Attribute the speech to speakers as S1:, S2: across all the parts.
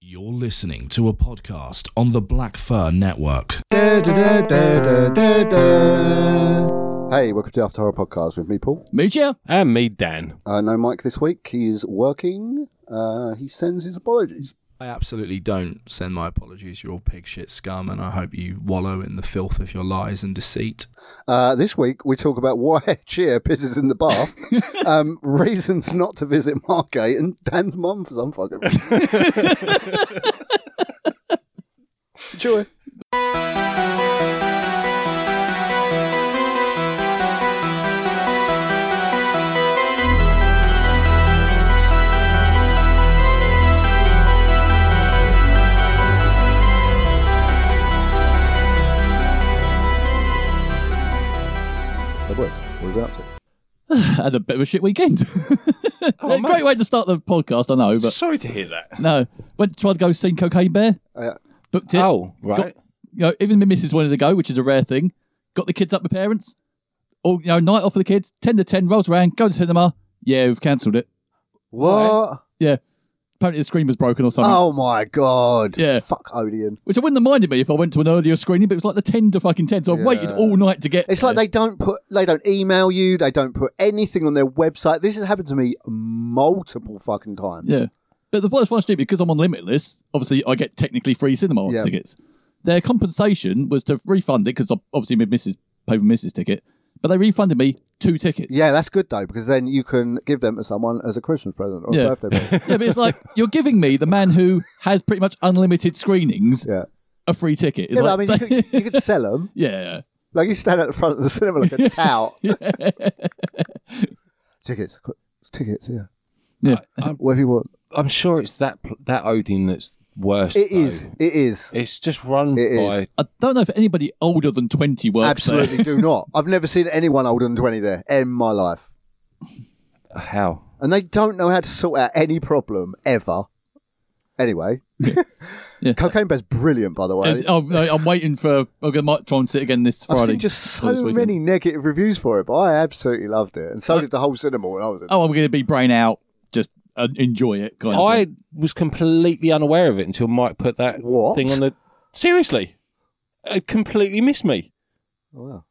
S1: You're listening to a podcast on the Black Fur Network.
S2: Hey, welcome to the After Horror Podcast with me, Paul.
S3: Mucha and me, Dan.
S2: Uh, no Mike this week. He's working. Uh, he sends his apologies.
S1: I absolutely don't send my apologies. You're all pig shit scum, and I hope you wallow in the filth of your lies and deceit.
S2: Uh, this week, we talk about why Cheer pisses in the bath, um, reasons not to visit Margate, and Dan's mum for some fucking reason. Enjoy. So, boys, what are we up to?
S4: had a bit of a shit weekend.
S3: Oh,
S4: Great
S3: mate.
S4: way to start the podcast, I know, but
S3: Sorry to hear that.
S4: no. Went tried to go see Cocaine Bear,
S2: Oh, yeah.
S4: booked it.
S3: oh, right.
S4: You know, even my missus wanted to go, which is a rare thing. Got the kids up with parents. All you know, night off for the kids. Ten to ten rolls around. Go to cinema. Yeah, we've cancelled it.
S2: What?
S4: Apparently the screen was broken or something.
S2: Oh my god.
S4: Yeah.
S2: Fuck Odeon.
S4: Which I wouldn't have minded me if I went to an earlier screening, but it was like the ten to fucking ten, so I
S2: Yeah.
S4: waited all night to get.
S2: It's like they don't put, they don't email you, they don't put anything on their website. This has happened to me multiple fucking times.
S4: Yeah. But the worst one's stupid because I'm on Limitless. Obviously, I get technically free cinema
S2: Yeah.
S4: tickets. Their compensation was to refund it because obviously my missus paid for Mrs. ticket, but they refunded me two tickets.
S2: Yeah, that's good though, because then you can give them to someone as a Christmas present or
S4: Yeah.
S2: a birthday present.
S4: Yeah, but it's like you're giving me the man who has pretty much unlimited screenings
S2: Yeah.
S4: a free ticket. It's
S2: Yeah, but I
S4: like-
S2: mean, you could, you could sell them.
S4: yeah,
S2: Like, you stand at the front of the cinema like a tout. tickets, qu- tickets, yeah.
S4: yeah.
S3: I'm,
S2: Whatever you want.
S3: I'm sure it's that pl- that Odin that's worse.
S2: It is,
S3: though.
S2: it is.
S3: It's just run
S2: It is.
S3: by.
S4: I don't know if anybody older than twenty works eh? there.
S2: Absolutely do not. I've never seen anyone older than 20 there in my life.
S3: How?
S2: And they don't know how to sort out any problem ever. Anyway.
S4: Yeah.
S2: Cocaine Bear's brilliant, by the way.
S4: And- oh, no, I'm waiting for. I'm gonna might try and sit again this Friday.
S2: I've seen just
S4: or
S2: so
S4: this weekend.
S2: many negative reviews for it, but I absolutely loved it. And so did the whole cinema when I was in.
S4: Oh, I'm gonna be brain out. Just uh, enjoy it. Kind of
S3: I was completely unaware of it until Mike put that
S2: What?
S3: thing on the. Seriously, it completely missed me.
S2: Oh, wow.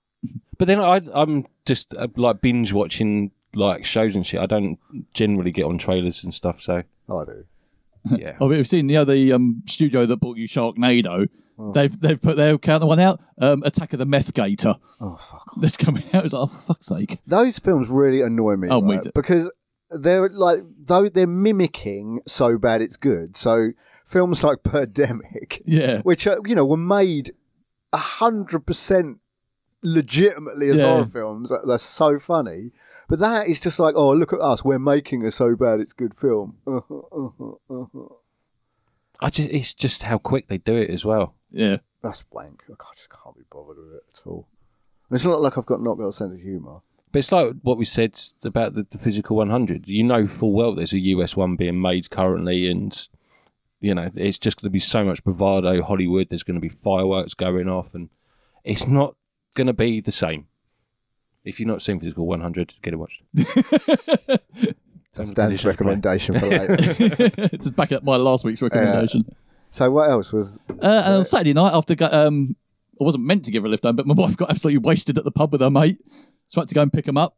S3: But then I, I'm just uh, like binge watching like shows and shit. I don't generally get on trailers and stuff. So
S2: Oh, I do.
S3: yeah.
S4: Oh, but we've seen the other um, studio that bought you Sharknado.
S2: Oh.
S4: They've they've put their counter one out. Um, Attack of the Meth Gator
S2: Oh, fuck. off.
S4: that's coming out. It's like, oh, for fuck's sake.
S2: Those films really annoy me.
S4: Oh, me
S2: right?
S4: too.
S2: Because they're like, though they're mimicking so bad it's good. So films like Perdemic,
S4: Yeah.
S2: which, are, you know, were made 100% legitimately as
S4: Yeah.
S2: horror films, like, they're so funny. But that is just like, oh, look at us. We're making a so bad it's good film.
S3: I just it's just how quick they do it as well.
S4: Yeah.
S2: That's blank. I just can't be bothered with it at all. And it's not like I've got not got a sense of humour.
S3: But it's like what we said about the, the physical 100. You know full well there's a US one being made currently, and you know it's just going to be so much bravado. Hollywood, there's going to be fireworks going off, and it's not going to be the same. If you're not seeing physical 100, get it watched.
S2: That's
S3: Terms and
S2: Dan's
S3: conditions, mate.
S2: recommendation for later.
S4: Just backing up my last week's recommendation.
S2: so what else was
S4: Uh, and on Saturday night, after go- um, I wasn't meant to give her a lift home, but my wife got absolutely wasted at the pub with her mate. So I had to go and pick him up.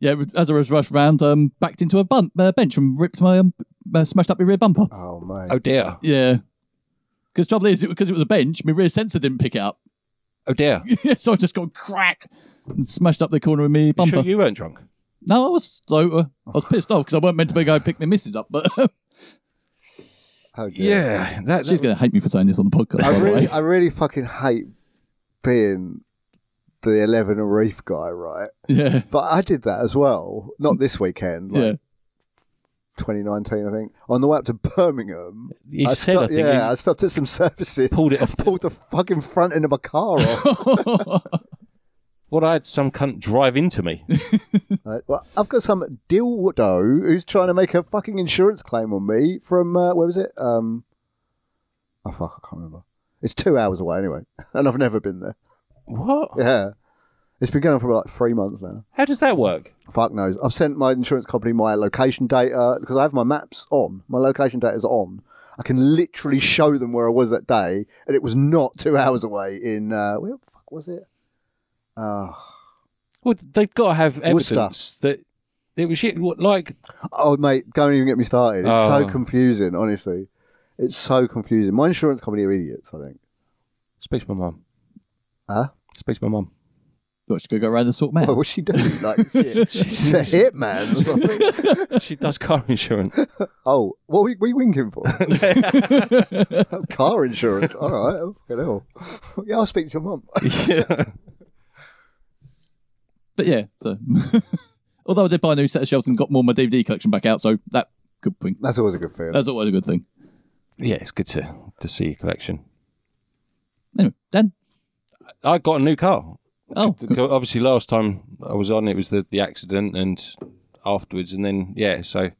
S4: Yeah, as I was rushed round, um, backed into a bump, uh, bench and ripped my um, uh, smashed up my rear bumper.
S2: Oh mate.
S3: Oh dear.
S4: Yeah. Because trouble is, because it was a bench, my rear sensor didn't pick it up.
S3: Oh dear.
S4: so I just got crack and smashed up the corner of me
S3: You
S4: bumper.
S3: sure you weren't drunk?
S4: No, I was so uh, I was pissed off because I weren't meant to be going to pick my missus up, but
S2: Oh, dear.
S3: Yeah. That,
S4: she's going to hate me for saying this on the podcast.
S2: I
S4: by
S2: Oh, really
S4: the way.
S2: I really fucking hate being the eleven and reef guy, right?
S4: Yeah,
S2: But I did that as well. Not this weekend, like
S4: yeah.
S2: 2019, I think. On the way up to Birmingham,
S3: You
S2: I
S3: said
S2: stopped,
S3: I think
S2: yeah, I
S3: you
S2: stopped at some services,
S3: pulled it off.
S2: pulled the fucking front end of my car off.
S3: What I had some cunt drive into me.
S2: Right, well, I've got some dildo who's trying to make a fucking insurance claim on me from uh, where was it? Um, oh fuck, I can't remember. It's two hours away anyway, and I've never been there.
S3: what?
S2: Yeah, it's been going on for like three months now.
S3: How does that work?
S2: Fuck knows. I've sent my insurance company my location data because I have my maps on. My location data's on, I can literally show them where I was that day, and it was not two hours away. In uh, where the fuck was it? Uh,
S3: Well, they've got to have
S2: Worcester.
S3: evidence that it was shit. What, like,
S2: oh mate, don't even get me started. It's
S3: Oh.
S2: so confusing, honestly. It's so confusing. My insurance company are idiots. I think.
S3: speak to my mum.
S2: Huh?
S3: Speak to my mum.
S4: Thought she could go around and sort man.
S2: Well, what's she doing? Like, shit. she's a hitman or something.
S3: She does car insurance.
S2: Oh, what were we winking for? Car insurance. All right, that's good. hell. Yeah, I'll speak to your mum.
S3: yeah.
S4: But yeah, so although I did buy a new set of shelves and got more of my DVD collection back out, so that good thing.
S2: That's always a good feeling.
S4: That's always a good thing.
S3: yeah, it's good to, to see your collection.
S4: Anyway, Dan.
S3: I got a new car.
S4: Oh,
S3: The- Obviously, last time I was on, it was the, the accident and afterwards. And then, yeah, so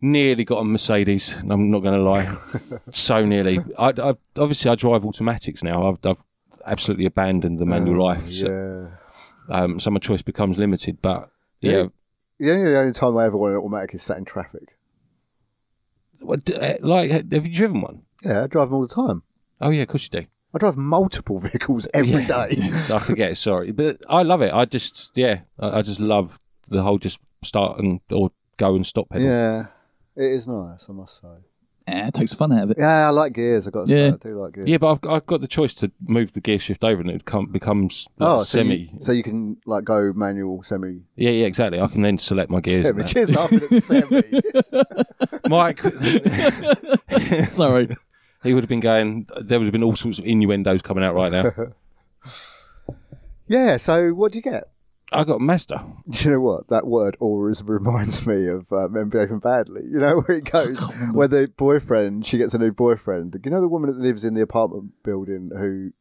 S3: nearly got a Mercedes. and I'm not going to lie. so nearly. I, I, obviously, I drive automatics now. I've, I've absolutely abandoned the manual life. So,
S2: Oh, yeah.
S3: um, so my choice becomes limited. But
S2: Yeah. The
S3: yeah,
S2: only, the only time I ever want an automatic is sat in traffic.
S3: What, d- eh, like, ha- have you driven one?
S2: Yeah, I drive them all the time.
S3: Oh yeah, of course you do.
S2: I drive multiple vehicles every
S3: Yeah.
S2: day.
S3: I forget. sorry, but I love it. I just yeah, I, I just love the whole just start and or go and stop pedal.
S2: yeah, it is nice, I must say.
S4: eh, it takes the fun out of it.
S2: Yeah, I like gears. I got. To
S4: Yeah.
S2: say, I do like gears.
S3: Yeah, but I've, I've got the choice to move the gear shift over, and it become, becomes like
S2: Oh, so
S3: semi.
S2: You, so you can like go manual, semi.
S3: yeah, yeah, exactly. I can then select my gears. and
S2: Semi.
S3: that.
S2: Cheers, laughing at semi.
S3: Mike,
S4: Sorry,
S3: he would have been going. There would have been all sorts of innuendos coming out right now.
S2: yeah. So what do you get?
S3: I got a Mazda.
S2: Do you know what that word always reminds me of uh, men behaving badly? You know where it goes, where the boyfriend she gets a new boyfriend. You know the woman that lives in the apartment building who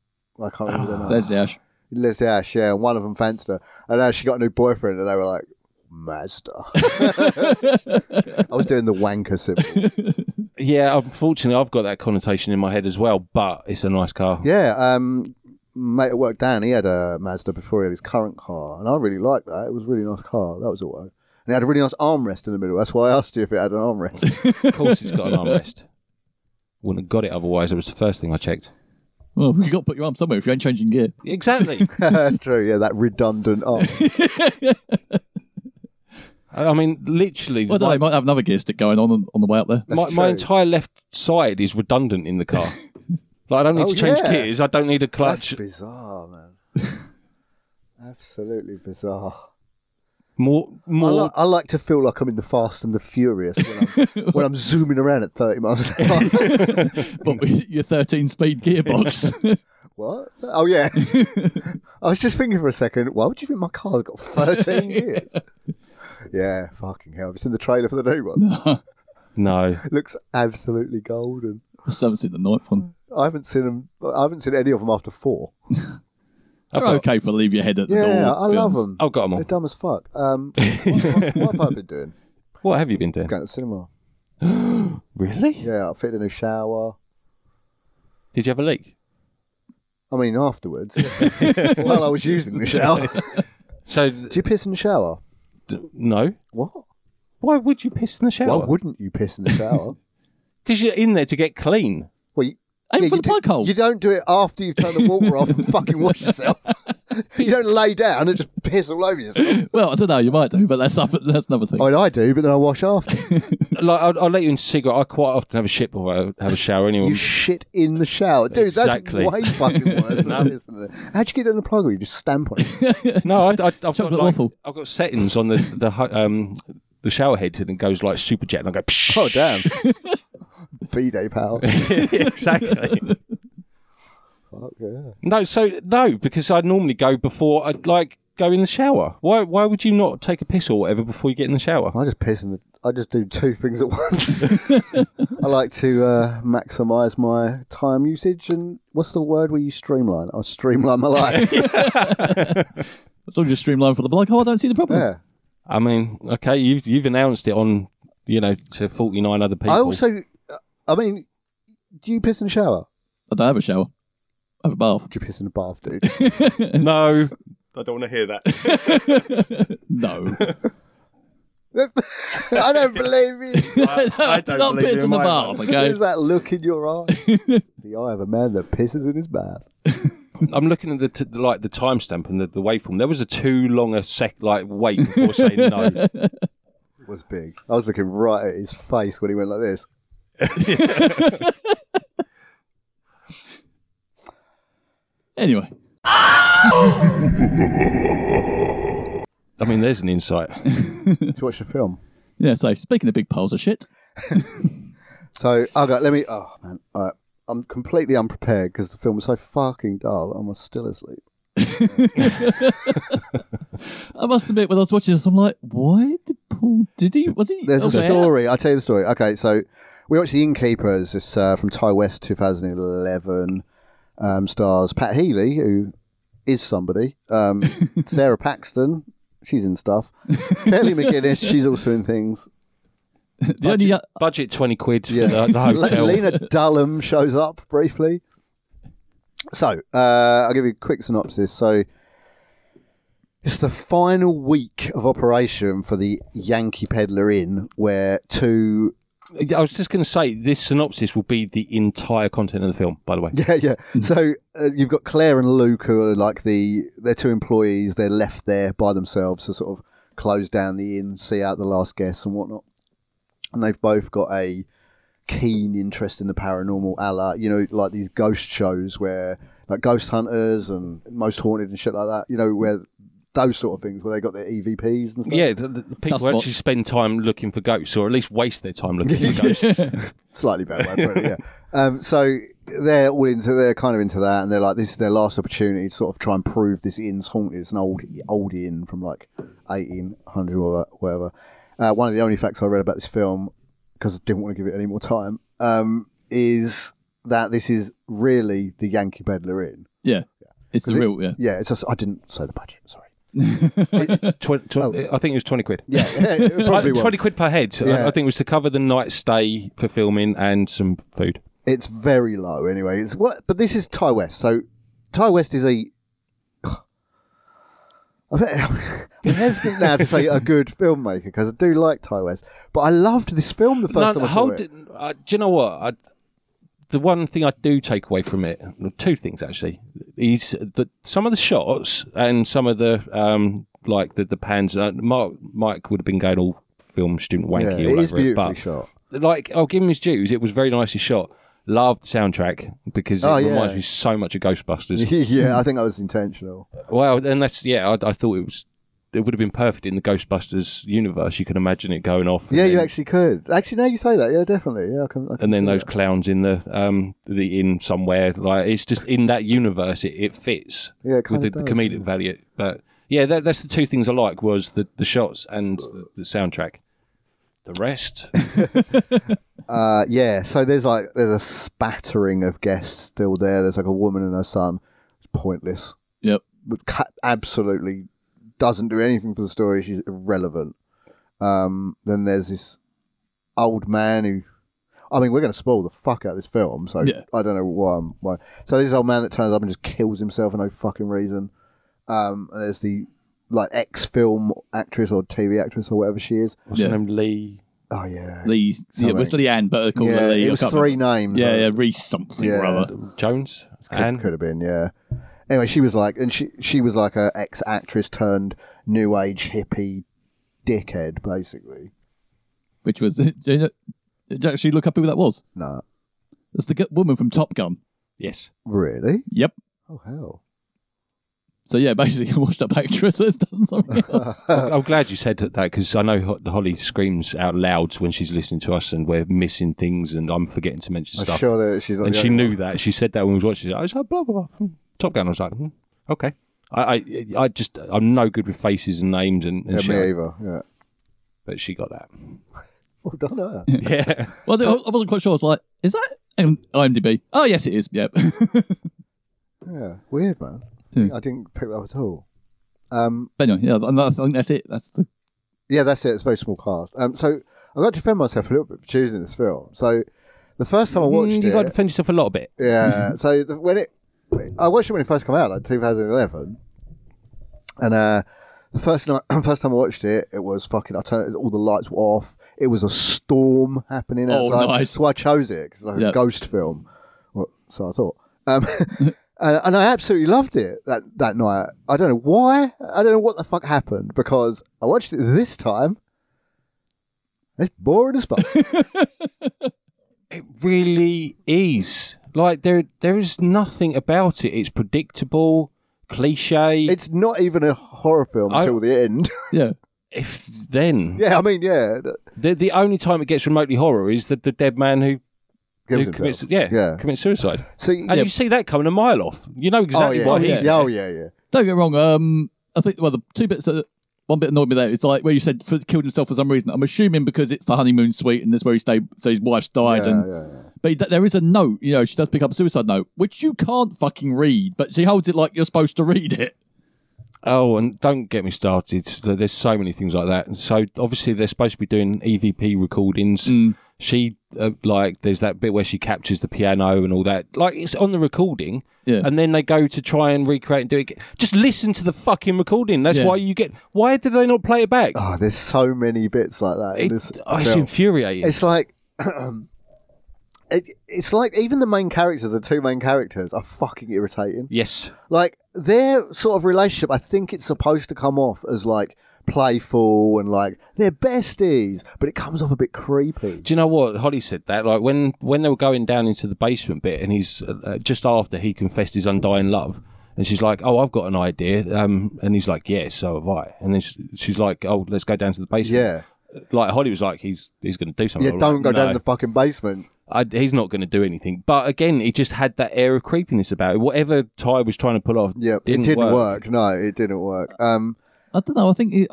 S2: I can't remember the name.
S4: Leslie Ash.
S2: Leslie Ash, yeah, and one of them fancied her, and now she got a new boyfriend, and they were like, Mazda. I was doing the wanker symbol.
S3: Yeah, unfortunately, I've got that connotation in my head as well. But it's a nice car.
S2: Yeah, um, mate at work, Dan, he had a Mazda before he had his current car, and I really liked that. It was a really nice car. That was all right. And it had a really nice armrest in the middle. That's why I asked you if it had an armrest.
S3: Of course, it's got an armrest. Wouldn't have got it otherwise. It was the first thing I checked.
S4: Well, you got to put your arm somewhere if you ain't changing gear.
S3: Exactly.
S2: That's true. Yeah, that redundant arm.
S3: I I mean, literally,
S4: Well,
S3: my,
S4: they might have another gear stick going on on the way out there.
S3: my,
S2: That's
S3: my
S2: true.
S3: entire left side is redundant in the car. like, I don't need
S2: Oh,
S3: to change
S2: yeah.
S3: gears. I don't need a
S2: That's
S3: clutch.
S2: bizarre, man. Absolutely bizarre.
S3: More,
S2: I,
S3: more.
S2: li- I like to feel like I'm in the Fast and the Furious when I'm, when I'm zooming around at 30 miles an hour.
S4: But with your 13 speed gearbox.
S2: What? Oh yeah. I was just thinking for a second. Why would you think my car's got thirteen years? yeah, fucking hell. Have you seen the trailer for the new one?
S3: no,
S2: Looks absolutely golden.
S4: I still haven't seen the ninth one.
S2: I haven't seen them. I haven't seen any of them after four.
S3: I've
S4: They're
S3: got,
S4: okay for leave your head at the
S2: Yeah,
S4: door.
S2: I love
S4: films.
S2: them.
S3: I've got 'em all.
S2: They're dumb as fuck. Um, what, what- what have I been doing?
S3: What have you been doing?
S2: Going to the cinema.
S3: Really?
S2: Yeah, I fitted a new shower.
S3: Did you have a leak?
S2: I mean, afterwards, while I was using the shower.
S3: So,
S2: Do you piss in the shower?
S3: d- no.
S2: What?
S3: Why would you piss in the
S2: Why
S3: shower?
S2: wouldn't you piss in the shower?
S3: Because you're in there to get clean.
S2: Well, you,
S4: Aim for
S2: you
S4: the plug
S2: do,
S4: hole.
S2: You don't do it after you've turned the water off and fucking wash yourself. you don't lay down and just piss all over yourself.
S4: Well, I don't know, you might do, but that's up, that's another thing.
S2: I mean, Oh, I do, but then I wash after.
S3: Like, I'll, I'll let you into secret. I quite often have a shit before I have a shower. Anyway,
S2: You shit in the shower. Dude,
S3: Exactly.
S2: that's way fucking worse
S3: No.
S2: than this. How'd you get in the plug hole? You just stamp on it.
S3: No, I, I, I've, got
S4: Chocolate
S3: like,
S4: waffle.
S3: I've got settings on the the hu- um the shower head and it goes like super jet and I go. Psh, oh damn!
S2: B-Day, pal.
S3: exactly.
S2: Fuck yeah.
S3: No, so no, because I normally go before I'd like go in the shower. Why why would you not take a piss or whatever before you get in the shower?
S2: I just piss in the... I just do two things at once. I like to uh, maximise my time usage and... What's the word where you streamline? I streamline my life.
S4: As long as you streamline for the plug hole, I don't see the problem.
S2: yeah.
S3: I mean, okay, you've you've announced it on you know to forty nine other people.
S2: I also... uh, I mean, do you piss in the shower?
S4: I don't have a shower. I have a bath.
S2: Do you piss in the bath, dude?
S3: no.
S4: No.
S2: I don't believe you.
S5: I- I don't
S4: I'll
S5: believe
S4: put
S5: you
S4: it in the
S5: might,
S4: bath,
S5: man.
S4: okay?
S2: There's that look in your eye. the eye of a man that pisses in his bath.
S3: I'm looking at the, t- the like the timestamp and the, the waveform. There was a too long a sec like wait before saying no.
S2: It was big. I was looking right at his face when he went like this.
S4: Anyway,
S3: I mean, there's an insight.
S2: Did you watch the film?
S4: yeah. So speaking of big piles of shit,
S2: So I got. Let me. Oh man, all right. I'm completely unprepared because the film was so fucking dull. I was still asleep.
S4: I must admit, when I was watching this, I'm like, why did Paul? Did he? Was he?
S3: Oh,
S2: There's a
S4: aware?
S2: story. I'll tell you the story. Okay, so we watched The Innkeepers. This uh, from Ty West, 2011. Um, stars Pat Healy, who is somebody. Um, Sarah Paxton, she's in stuff. Kelly McGinnis, she's also in things.
S4: The only, uh,
S3: Budget twenty quid for the, the
S2: Le-
S3: hotel.
S2: Lena Dunham shows up briefly. So, uh, I'll give you a quick synopsis. So, it's the final week of operation for the Yankee Peddler Inn, where two.
S3: I was just going to say this synopsis will be the entire content of the film. By the way, Mm.
S2: Yeah, yeah. So, uh, you've got Claire and Luke, who are like the. They're two employees. They're left there by themselves to sort of close down the inn, see out the last guests and whatnot. And they've both got a keen interest in the paranormal, a la, you know, like these ghost shows where, like Ghost Hunters and Most Haunted and shit like that, you know, where those sort of things where they got their EVPs and stuff.
S3: yeah, the, the people
S4: That's what-
S3: actually spend time looking for ghosts, or at least waste their time looking for ghosts.
S2: Slightly better way of putting it, yeah. Um, so they're all into, they're kind of into that and they're like, this is their last opportunity to sort of try and prove this inn's haunted. It's an old, old inn from like 1800 or whatever. Uh, one of the only facts I read about this film, because I didn't want to give it any more time, um, is that this is really the Yankee Peddler Inn.
S4: yeah, it's the
S2: it-
S4: real, yeah.
S2: Yeah, it's just, I didn't say the budget. Sorry.
S3: Twen- twen- I think it was twenty quid.
S2: Yeah, it
S3: Uh,
S2: Oh. probably was.
S3: twenty quid per head. I-
S2: Yeah.
S3: I, think it was to cover the night stay for filming and some food.
S2: It's very low anyway. It's what, but this is Ty West. So Ty West is a. I'm hesitant now to say a good filmmaker because I do like Ty West, but I loved this film the first
S3: No,
S2: time I saw
S3: hold
S2: it.
S3: it. Uh, do you know what? I, the one thing I do take away from it, well, two things actually, is that some of the shots and some of the um, like the the pans. Uh, Mark Mike would have been going all film student
S2: Yeah,
S3: wanky.
S2: it
S3: all
S2: is
S3: over it,
S2: beautifully
S3: but
S2: shot.
S3: like I'll give him his dues. It was very nicely shot. Loved the soundtrack because it
S2: Oh, yeah.
S3: reminds me so much of Ghostbusters.
S2: yeah, I think that was intentional.
S3: well, and that's yeah. I, I thought it was. It would have been perfect in the Ghostbusters universe. You can imagine it going off. and
S2: Yeah,
S3: then-
S2: you actually could. Actually, now you say that, yeah, definitely. Yeah, I can. I can
S3: and then
S2: see
S3: those
S2: that.
S3: clowns in the um the inn somewhere like it's just in that universe it, it fits
S2: Yeah, it
S3: with
S2: kinda
S3: the, the
S2: does,
S3: comedic
S2: yeah.
S3: value but yeah that, that's the two things i like was the the shots and the, the soundtrack the rest
S2: Uh, yeah, so there's like there's a spattering of guests still there. There's like a woman and her son. It's pointless.
S4: Yep.
S2: But ca- absolutely doesn't do anything for the story. She's irrelevant. Um, then there's this old man who, I mean, we're going to spoil the fuck out of this film, so
S4: Yeah.
S2: I don't know why. I'm, why. So this old man that turns up and just kills himself for no fucking reason. Um, and there's the like ex-film actress or TV actress or whatever she is.
S3: what's
S4: Yeah.
S3: her name lee
S2: Oh yeah,
S4: Lee's, yeah, it was Leanne, but I call
S2: yeah.
S4: her Lee.
S2: It
S4: I
S2: was
S4: can't
S2: three
S4: remember.
S2: names.
S4: Yeah,
S2: I-
S4: yeah, Reese something or
S2: Yeah.
S4: other.
S3: jones
S2: Could,
S3: and
S2: could have been, yeah. Anyway, she was like, and she she was like a ex actress turned new age hippie dickhead, basically.
S4: Which was, did you, did you actually look up who that was?
S2: No,
S4: It's the g- woman from Top Gun.
S3: yes
S2: really?
S4: Yep.
S2: Oh hell!
S4: So yeah, basically, a washed-up actress has done something else.
S3: i'm glad you said that because i know Ho- holly screams out loud when she's listening to us and we're missing things and i'm forgetting to mention
S2: I'm
S3: stuff
S2: Oh, sure that she's not
S3: and
S2: the
S3: she
S2: only
S3: knew that. She said that when we was watching it. I was like, blah blah. blah. Hmm. Top Gun. I was like, hmm, okay. I, I I just I'm no good with faces and names and, and
S2: one.
S3: shit,
S2: Yeah, me either. Yeah.
S3: but she got that.
S2: Well done, her.
S3: Yeah,
S4: well, I I wasn't quite sure. I was like, is that an IMDb? Oh yes, it is. Yep.
S2: yeah. Weird man.
S4: Hmm.
S2: I didn't pick that up at all. Um.
S4: but anyway, yeah, and I think that's it. That's the
S2: Yeah, that's it. It's a very small cast. Um. So I got to defend myself a little bit for choosing this film. So the first time I watched
S3: Mm,
S2: it,
S3: you got to defend yourself a lot a bit.
S2: Yeah. so the, when it, I watched it when it first came out, like 2011, and uh, The first night, first time I watched it, it was fucking. I turned it, all the lights were off. It was a storm happening
S4: Oh,
S2: outside,
S4: nice.
S2: so I chose it because it's like
S4: Yeah.
S2: a ghost film. Well, so I thought, um, and, and I absolutely loved it that that night. I don't know why. I don't know what the fuck happened because I watched it this time. It's boring as fuck.
S3: It really is. Like there, there is nothing about it. It's predictable, cliche.
S2: it's not even a horror film
S3: I-
S2: until the end.
S4: Yeah.
S3: if then,
S2: yeah, I mean, yeah, that
S3: the the only time it gets remotely horror is the, the dead man who,
S2: gives
S3: who
S2: himself.
S3: commits yeah,
S2: Yeah.
S3: commits suicide,
S2: So
S3: and you see that coming a mile off. You know exactly
S2: oh,
S3: what
S2: yeah,
S3: he's.
S2: yeah, oh yeah, yeah.
S4: Don't get me wrong. Um, I think well, the two bits that one bit annoyed me there. It's like where you said for, killed himself for some reason. I'm assuming because it's the honeymoon suite and that's where he stayed. So his wife's died,
S2: Yeah,
S4: and
S2: yeah, yeah.
S4: but th- there is a note. You know, she does pick up a suicide note, which you can't fucking read. But she holds it like you're supposed to read it.
S3: Oh, and don't get me started. There- There's so many things like that. And So obviously they're supposed to be doing EVP recordings.
S4: Mm.
S3: She uh, like there's that bit where she captures the piano and all that. Like it's on the recording,
S4: Yeah.
S3: and then they go to try and recreate and do it. Just listen to the fucking recording. That's
S4: Yeah.
S3: why you get. Why did they not play it back?
S2: Oh, there's so many bits like that. in
S3: It-
S2: this
S3: oh, it's
S2: film.
S3: infuriating.
S2: It's like, it, it's like even the main characters, the two main characters, are fucking irritating.
S3: yes,
S2: Like their sort of relationship, I think it's supposed to come off as like playful and like they're besties, but it comes off a bit creepy.
S3: Do you know what Holly said that? Like when when they were going down into the basement bit, and he's uh, uh, just after he confessed his undying love, and she's like, "Oh, I've got an idea," um, and he's like, "Yeah, so have I." And then sh- she's like, "Oh, let's go down to the basement."
S2: Yeah,
S3: Yeah. Like Holly was like, "He's he's going to do something."
S2: yeah.
S3: I'm like,
S2: Don't go down
S3: Oh, "No,
S2: the fucking basement.
S3: I, he's not going to do anything. But again, he just had that air of creepiness about it. Whatever Ty was trying to pull off,
S2: Yeah,
S3: didn't
S2: it didn't
S3: work.
S2: work. No, it didn't work. Um,
S4: I don't know. I think it,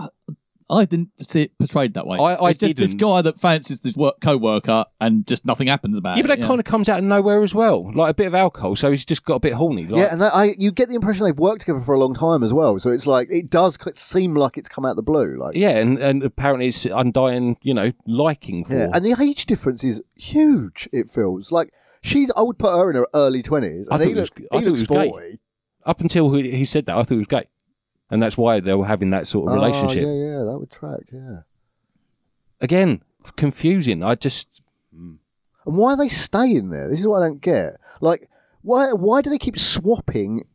S4: I didn't see it portrayed that way.
S3: I- I
S4: it's just this
S3: didn't.
S4: guy that fancies this work co-worker, and just nothing happens about
S3: Yeah,
S4: it.
S3: but that kind of comes out of nowhere as well. Like a bit of alcohol, so he's just got a bit horny. Like,
S2: yeah, and that, I you get the impression they've worked together for a long time as well. So it's like it does c- seem like it's come out the blue. Like
S3: yeah, and, and apparently it's undying, you know, liking for.
S2: Yeah, and the age difference is huge. It feels like she's. I would put her in her early twenties,
S3: I
S2: and he,
S3: thought it was-
S2: look,
S3: I
S2: he
S3: thought it
S2: looks
S3: was gay.
S2: forty.
S3: up until he, he said that, I thought he was gay, and that's why they were having that sort of relationship.
S2: Oh, yeah, yeah, that would track. Yeah.
S3: Again, confusing. I just
S2: And why are they staying there? This is what I don't get. Like, why why do they keep swapping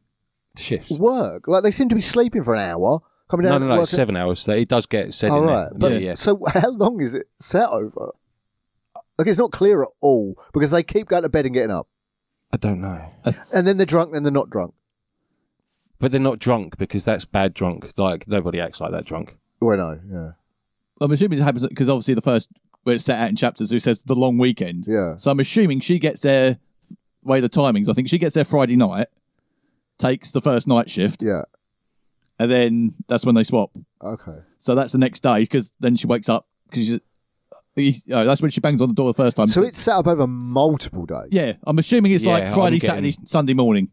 S3: shifts.
S2: work? Like, they seem to be sleeping for an hour, coming
S3: No,
S2: down.
S3: no, no.
S2: work-
S3: It's seven hours. It does get said.
S2: Oh,
S3: in
S2: right.
S3: There.
S2: But-
S3: yeah, yeah.
S2: So how long is it set over? Like, it's not clear at all because they keep going to bed and getting up,
S3: I don't know.
S2: and then they're drunk, then they're not drunk.
S3: But they're not drunk because that's bad drunk. Like nobody acts like that drunk.
S2: Well, no, yeah,
S4: I'm assuming it happens because obviously the first where it's set out in chapters, who says the long weekend.
S2: yeah.
S4: So I'm assuming she gets there. Way the timings, I think she gets there Friday night, takes the first night shift,
S2: Yeah.
S4: and then that's when they swap.
S2: Okay.
S4: So that's the next day because then she wakes up because that's when she bangs on the door the
S3: Um,
S4: first time.
S2: So it's set up over multiple days.
S4: yeah, I'm assuming it's
S3: Yeah,
S4: like
S3: I'm
S4: Friday,
S3: getting-
S4: Saturday, Sunday morning.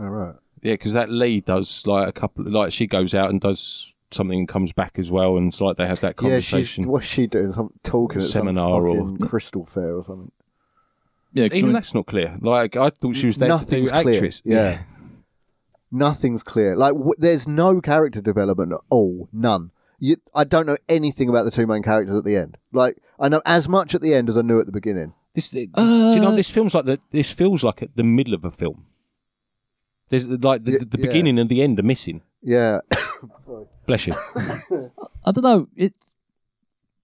S2: All right.
S3: Yeah, because that Lee does like a couple. Like she goes out and does something and comes back as well, and it's like they have that
S2: Yeah, she's
S3: conversation.
S2: what's she doing? Some talking at
S3: Seminar or-
S2: some fucking crystal fair or something.
S4: Yeah, 'cause
S3: Even
S4: when-
S3: that's not clear. Like I thought she was there
S2: Nothing's
S3: to do
S2: clear.
S3: actress.
S2: Yeah. Nothing's clear. Like w- there's no character development at all. None. You, I don't know anything about the two main characters at the end. Like I know as much at the end as I knew at the beginning.
S3: This, do you know,
S4: Uh,
S3: this feels like the, this feels like at the middle of a film. There's like the,
S2: Yeah,
S3: the, the
S2: yeah.
S3: beginning and the end are missing.
S2: Yeah.
S3: Bless you.
S4: I don't know. It's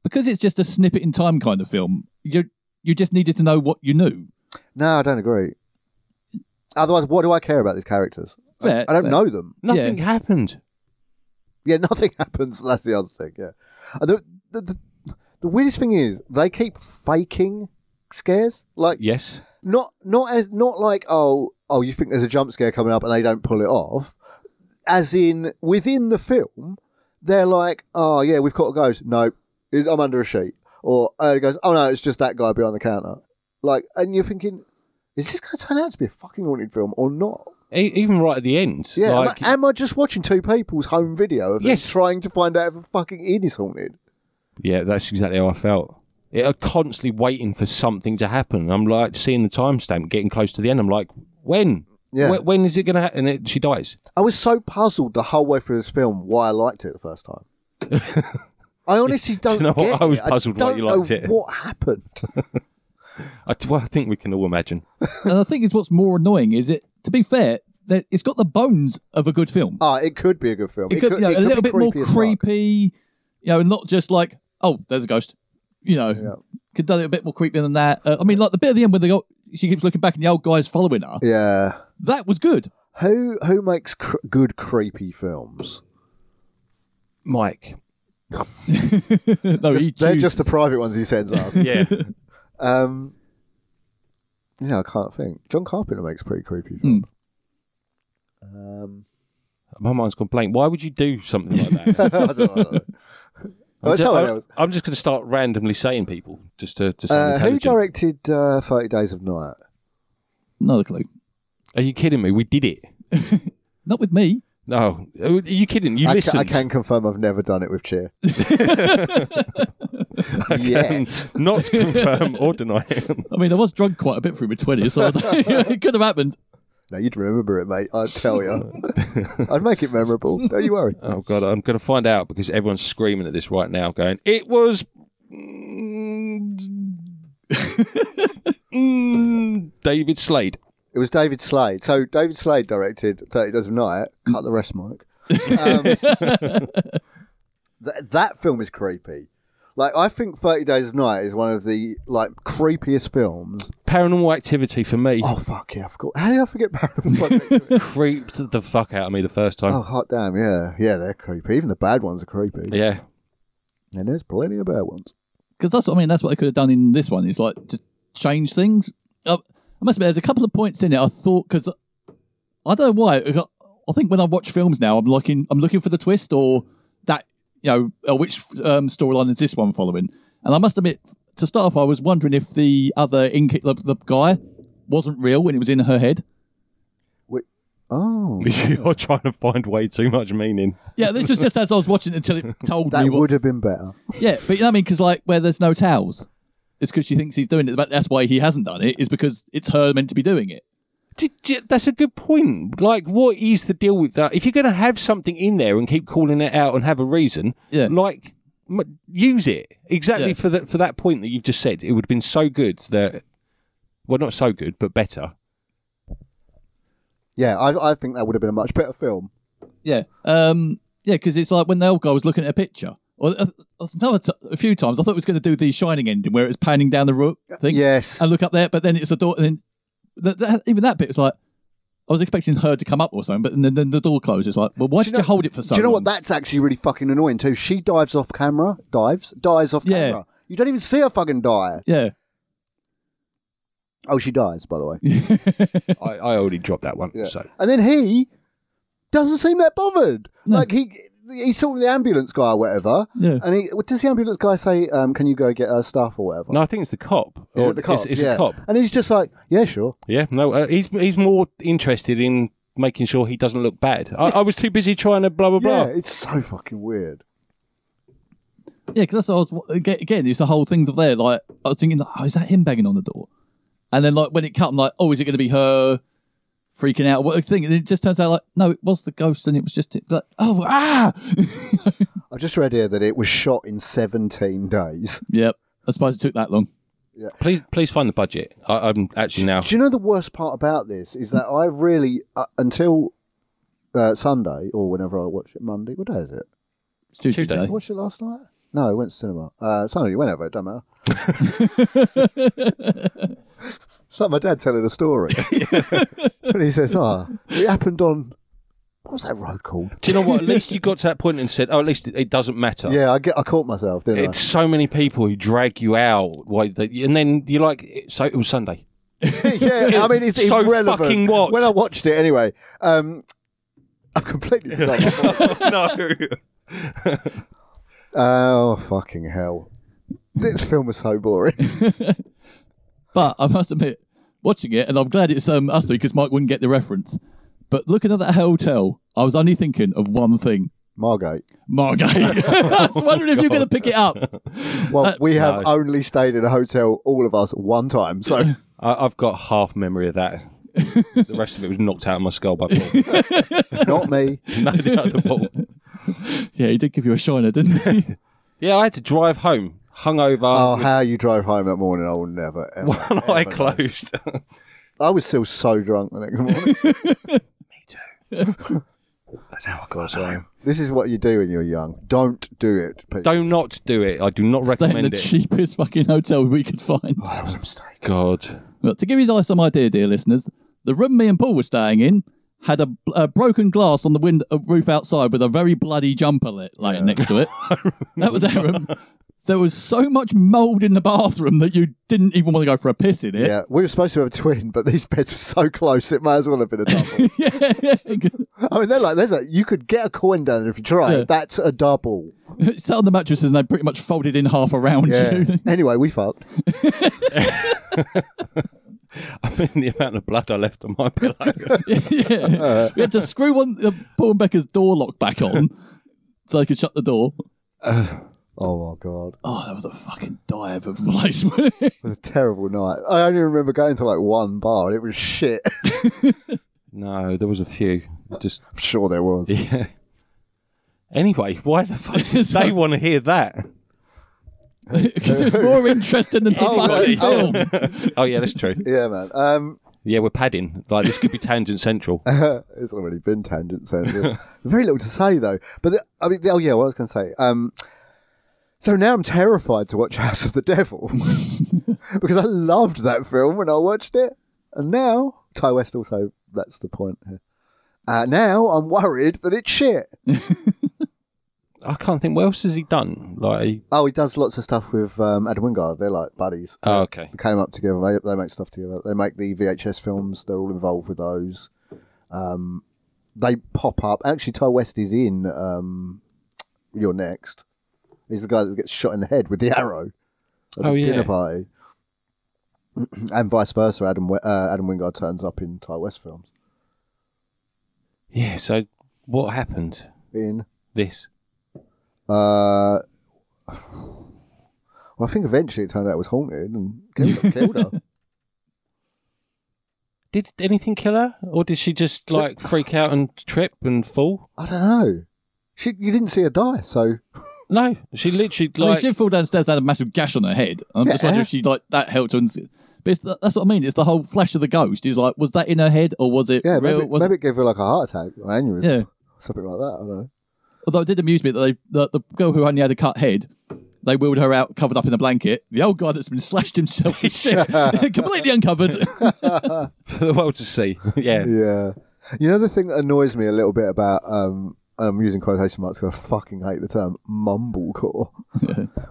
S4: because it's just a snippet in time kind of film. You you just needed to know what you knew.
S2: no, I don't agree. Otherwise, what do I care about these characters? I-
S4: Fair,
S2: I don't
S4: fair.
S2: know them.
S3: Nothing happened.
S2: Yeah, nothing happens. That's the other thing. Yeah, and the, the the the weirdest thing is they keep faking scares. Like
S3: Yes.
S2: not not as not like oh oh you think there's a jump scare coming up and they don't pull it off as in within the film they're like oh yeah we've caught a ghost no it's- i'm under a sheet or uh, it goes oh no it's just that guy behind the counter like and you're thinking is this going to turn out to be a fucking haunted film or not
S3: E- even right at the end.
S2: yeah am I-
S3: Like,
S2: am, I, just watching two people's home video of them
S3: Yes.
S2: trying to find out if a fucking inn is haunted
S3: yeah, that's exactly how I felt. Yeah, I'm constantly waiting for something to happen. I'm like seeing the timestamp getting close to the end. I'm like, when?
S2: Yeah.
S3: Wh- when is it going to happen? And it, she dies.
S2: I was so puzzled the whole way through this film why I liked it the first time. I honestly don't
S3: know what?
S2: get
S3: I was
S2: it.
S3: puzzled why
S2: don't
S3: you liked
S2: know
S3: it.
S2: What happened?
S3: I, t- well, I think we can all imagine.
S4: and I think it's what's more annoying is it. To be fair, that it's got the bones of a good film.
S2: Ah, it could be a good film.
S4: it could, you know,
S2: it
S4: a
S2: could
S4: little
S2: be
S4: bit more
S2: creepy as fuck.
S4: creepy, you know, and not just like, oh, there's a ghost. You know,
S2: Yeah.
S4: could done it a bit more creepy than that. Uh, I mean, like the bit at the end where they go, she keeps looking back and the old guy's following her.
S2: Yeah.
S4: That was good.
S2: Who who makes cr- good creepy films?
S3: Mike.
S4: no,
S2: Just-
S4: Oh, he
S2: they're
S4: chooses.
S2: just the private ones he sends us.
S3: Yeah.
S2: um, yeah, I can't think. John Carpenter makes pretty creepy
S4: Mm.
S2: films. Um,
S3: My mind's gone blank. Why would you do something like that?
S2: I don't know. I don't know.
S3: I'm
S2: Oh,
S3: ju-
S2: someone
S3: I'm-
S2: else.
S3: I'm just going to start randomly saying people just to, to sound
S2: Uh, who
S3: intelligent.
S2: directed uh, Thirty Days of Night?
S4: Not a clue.
S3: Are you kidding me? We did it.
S4: Not with me.
S3: No, are you kidding? You
S2: I ca-
S3: listened.
S2: I can confirm I've never done it with cheer.
S3: Can
S2: Yet.
S3: Um, not confirm or deny it.
S4: I mean, I was drunk quite a bit through my 20s, so I don't- it could have happened.
S2: No, you'd remember it, mate. I'd tell you. I'd make it memorable. Don't you worry.
S3: Oh god, I'm going to find out because everyone's screaming at this right now, going, "It was." Mm, mm, David Slade.
S2: It was David Slade. So David Slade directed Thirty Days of Night. Cut the rest, Mike. Um, th- that film is creepy. Like I think Thirty Days of Night is one of the like creepiest films.
S3: Paranormal Activity for me
S2: Oh fuck yeah, I forgot. How did I forget Paranormal? Activity?
S3: creeped the fuck out of me the first time.
S2: oh hot damn, yeah, yeah, they're creepy. Even the bad ones are creepy.
S3: Yeah,
S2: And there's plenty of bad ones.
S4: Because that's what I mean. That's what they could have done in this one. It's like just change things. Uh, I must admit, there's a couple of points in it I thought because I don't know why. I got- I think when I watch films now, I'm looking, I'm looking for the twist or that you know uh, which um, storyline is this one following. And I must admit, to start off, I was wondering if the other ink the, the guy wasn't real when it was in her head.
S2: Oh,
S3: you're trying to find way too much meaning.
S4: Yeah, this was just as I was watching it until it told
S2: that
S4: me what
S2: would have been better.
S4: Yeah, but you know what I mean? Because like where there's no towels, it's because she thinks he's doing it. But that's why he hasn't done it. Is because it's her meant to be doing it.
S3: D- d- That's a good point. Like, what is the deal with that? If you're going to have something in there and keep calling it out and have a reason,
S4: Yeah.
S3: like, m- use it exactly
S4: Yeah.
S3: for that for that point that you've just said. It would have been so good that, well, not so good, but better.
S2: Yeah, I, I think that would have been a much better film.
S4: Yeah. Um. Yeah, because it's like when the old guy was looking at a picture. Or uh, another t- a few times, I thought it was going to do the Shining ending where it was panning down the room thing.
S2: Yes.
S4: And look up there, but then it's the door. And then th- that- even that bit was like. I was expecting her to come up or something, but then, then the door closes. It's Like, well, why
S2: Do
S4: did you hold it for so
S2: Do you know what?
S4: long?
S2: That's actually really fucking annoying too. She dives off camera, dives, dies off
S4: Yeah.
S2: camera. You don't even see her fucking die.
S4: Yeah.
S2: Oh, she dies, by the way.
S3: I, I already dropped that one.
S2: Yeah.
S3: So
S2: And then he doesn't seem that bothered. Like he he saw the ambulance guy or whatever.
S4: Yeah.
S2: And he what does the ambulance guy say? Um, can you go get her stuff or whatever?
S3: no, I think it's the cop.
S2: Is
S3: Or
S2: it the cop?
S3: It's, it's
S2: yeah.
S3: a cop.
S2: And he's just like, yeah, sure.
S3: Yeah. No, uh, he's he's more interested in making sure he doesn't look bad. I, I was too busy trying to blah blah
S2: Yeah,
S3: blah.
S2: it's so fucking weird.
S4: Yeah, because that's what I was wa- aga- again. It's the whole things of there. Like I was thinking, like, oh, is that him banging on the door? And then like when it cut, I'm like, oh, is it going to be her freaking out? What thing? And it just turns out like, no, it was the ghost, and it was just like, oh, ah.
S2: I've just read here that it was shot in 17 days.
S4: yep. I suppose it took that long.
S3: Please please find the budget. I, I'm actually now.
S2: Do you know the worst part about this is that I really uh, until uh, Sunday or whenever I watch it Monday. What day is it?
S4: It's due
S3: Tuesday.
S2: I
S4: today.
S2: watched it last night. No, I went to cinema. Uh, Sunday, whenever, it don't matter. It's like my dad telling a story, and he says, "Ah, it happened on what was that road called?"
S3: Do you know what? At least you got to that point and said, "Oh, at least it, it doesn't matter."
S2: Yeah, I get, I caught myself, didn't
S3: It's so many people who drag you out, why they, and then you're like, "So it was Sunday."
S2: I? yeah, I mean, it's
S3: so
S2: irrelevant.
S3: fucking what?
S2: When I watched it, anyway, um, I've completely forgot. my thought.
S3: no.
S2: oh fucking hell! This film was so boring.
S4: But I must admit, watching it, and I'm glad it's um, us because Mike wouldn't get the reference. But looking at that hotel, I was only thinking of one thing.
S2: Margate.
S4: Margate. I
S3: Oh,
S4: was wondering if you're going to pick it up.
S2: Well, we have
S3: no.
S2: only stayed in a hotel, all of us, one time. So
S3: I, I've got half memory of that. the rest of it was knocked out of my skull by Paul.
S2: Not me.
S3: no, the other Paul.
S4: Yeah, he did give you a shiner, didn't he?
S3: Yeah, I had to drive home hungover.
S2: Oh,
S3: with
S2: how you drove home that morning, I will never. Ever,
S3: Uh, one eye
S2: ever know.
S3: closed.
S2: I was still so drunk the next morning.
S3: That's how I got home.
S2: this is what you do when you're young. Don't do it. Please.
S3: Do not do it. I do not
S4: Stay in the
S3: recommend it.
S4: cheapest fucking hotel we could find.
S2: Oh, that was a mistake.
S3: God.
S4: Look, to give you guys some idea, dear listeners, the room me and Paul were staying in had a, a broken glass on the wind uh, roof outside with a very bloody jumper lit layer next to it. that was our room. There was so much mold in the bathroom that you didn't even want to go for a piss in it.
S2: Yeah, we were supposed to have a twin, but these beds were so close, it might as well have been a double.
S4: Yeah.
S2: I mean, they're like, there's a, you could get a coin down there if you tried.
S4: Yeah.
S2: That's a double.
S4: Sat on the mattresses and they pretty much folded in half around
S2: Yeah.
S4: you.
S2: anyway, we fucked.
S3: I mean, the amount of blood I left on my pillow.
S4: yeah. We had to screw one, uh, Paul and Becca's door lock back on so they could shut the door.
S2: Oh my god,
S4: Oh, that was a fucking dive of a place.
S2: it was a terrible night. I only remember going to like one bar, and it was shit.
S3: no, there was a few. Just,
S2: I'm sure there was.
S3: yeah. Anyway, why the fuck did they want to hear that?
S4: Because it was more interesting than the
S2: Oh,
S4: fucking
S2: right. Oh.
S4: film.
S3: Oh, yeah, that's true.
S2: Yeah, man. Um, uh,
S3: Yeah, we're padding. Like, this could be Tangent Central.
S2: Uh-huh. it's already been tangent central. Very little to say though. But the, I mean, the- oh yeah, what I was going to say. Um, so now I'm terrified to watch House of the Devil because I loved that film when I watched it, and now Ty West also. That's the point here. Uh, now I'm worried that it's shit.
S3: I can't think, what else has he done? Like, he-
S2: Oh, he does lots of stuff with um, Ed Wingard. They're like buddies.
S3: oh, okay.
S2: They came up together. They, they make stuff together. They make the VHS films. They're all involved with those. Um, they pop up. Actually, Ty West is in um, You're Next. He's the guy that gets shot in the head with the arrow at
S3: Oh,
S2: the
S3: yeah.
S2: dinner party. and vice versa. Adam We- uh, Adam Wingard turns up in Ty West films.
S3: Yeah, so what happened?
S2: In
S3: This.
S2: uh, well, I think eventually it turned out it was haunted and killed her. killed her.
S3: Did anything kill her? Or did she just, like, freak out and trip and fall?
S2: I don't know. She, you didn't see her die, so
S3: No, she literally,
S4: I
S2: Oh,
S4: mean,
S3: like,
S4: she'd fall downstairs and had a massive gash on her head. I'm just
S2: Yeah.
S4: wondering if she like that helped her. And... But it's the, that's what I mean. It's the whole flash of the ghost. He's like, was that in her head or was it
S2: yeah,
S4: real?
S2: maybe,
S4: was
S2: maybe it gave her like a heart attack or aneurysm,
S4: It... Yeah.
S2: something like that. I don't know.
S4: Although it did amuse me that they that the girl who only had a cut head, they wheeled her out covered up in a blanket. The old guy that's been slashed himself to shit, completely uncovered.
S3: for the world to see. yeah.
S2: Yeah, you know the thing that annoys me a little bit about um, I'm using quotation marks because I fucking hate the term mumblecore,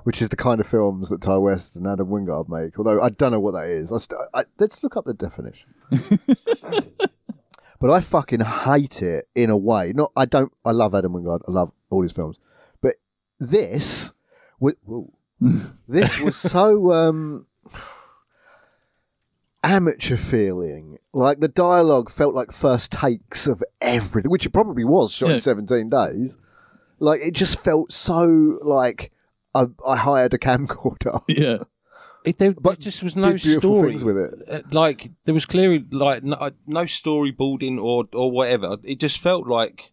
S2: which is the kind of films that Ty West and Adam Wingard make. Although I don't know what that is. I st- I, let's look up the definition. but I fucking hate it in a way. Not I don't. I love Adam Wingard. I love all his films, but this, wa- whoa. this was so. Um, amateur feeling. Like the dialogue felt like first takes of everything, which it probably was shot
S4: Yeah.
S2: in 17 days. Like it just felt so like I, I hired a camcorder.
S4: yeah.
S3: It, there,
S2: But
S3: there just was
S2: did
S3: no
S2: beautiful
S3: story
S2: things with it.
S3: Uh, Like there was clearly like no, uh, no storyboarding or or whatever. It just felt like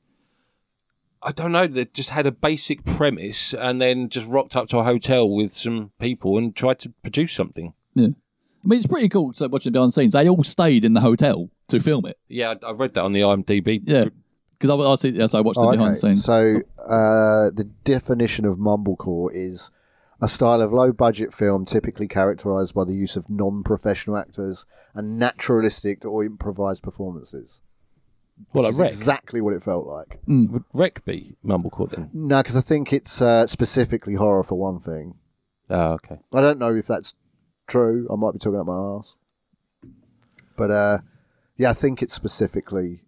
S3: I don't know. They just had a basic premise and then just rocked up to a hotel with some people and tried to produce something.
S4: I mean, it's pretty cool. So watching behind the scenes, they all stayed in the hotel to film it.
S3: Yeah, I, I read that on the IMDb.
S4: Yeah. Because I, I see, yes, I watched the
S2: Oh,
S4: behind the
S2: okay.
S4: scenes.
S2: So uh, the definition of mumblecore is a style of low budget film typically characterized by the use of non professional actors and naturalistic or improvised performances. Which
S3: Well, like
S2: is
S3: Wreck.
S2: exactly what it felt like.
S3: Would Wreck be Mumblecore then?
S2: No, because I think it's uh, specifically horror for one thing. Ah,
S3: Oh, okay.
S2: I don't know if that's true. I might be talking out my arse. But uh, yeah, I think it's specifically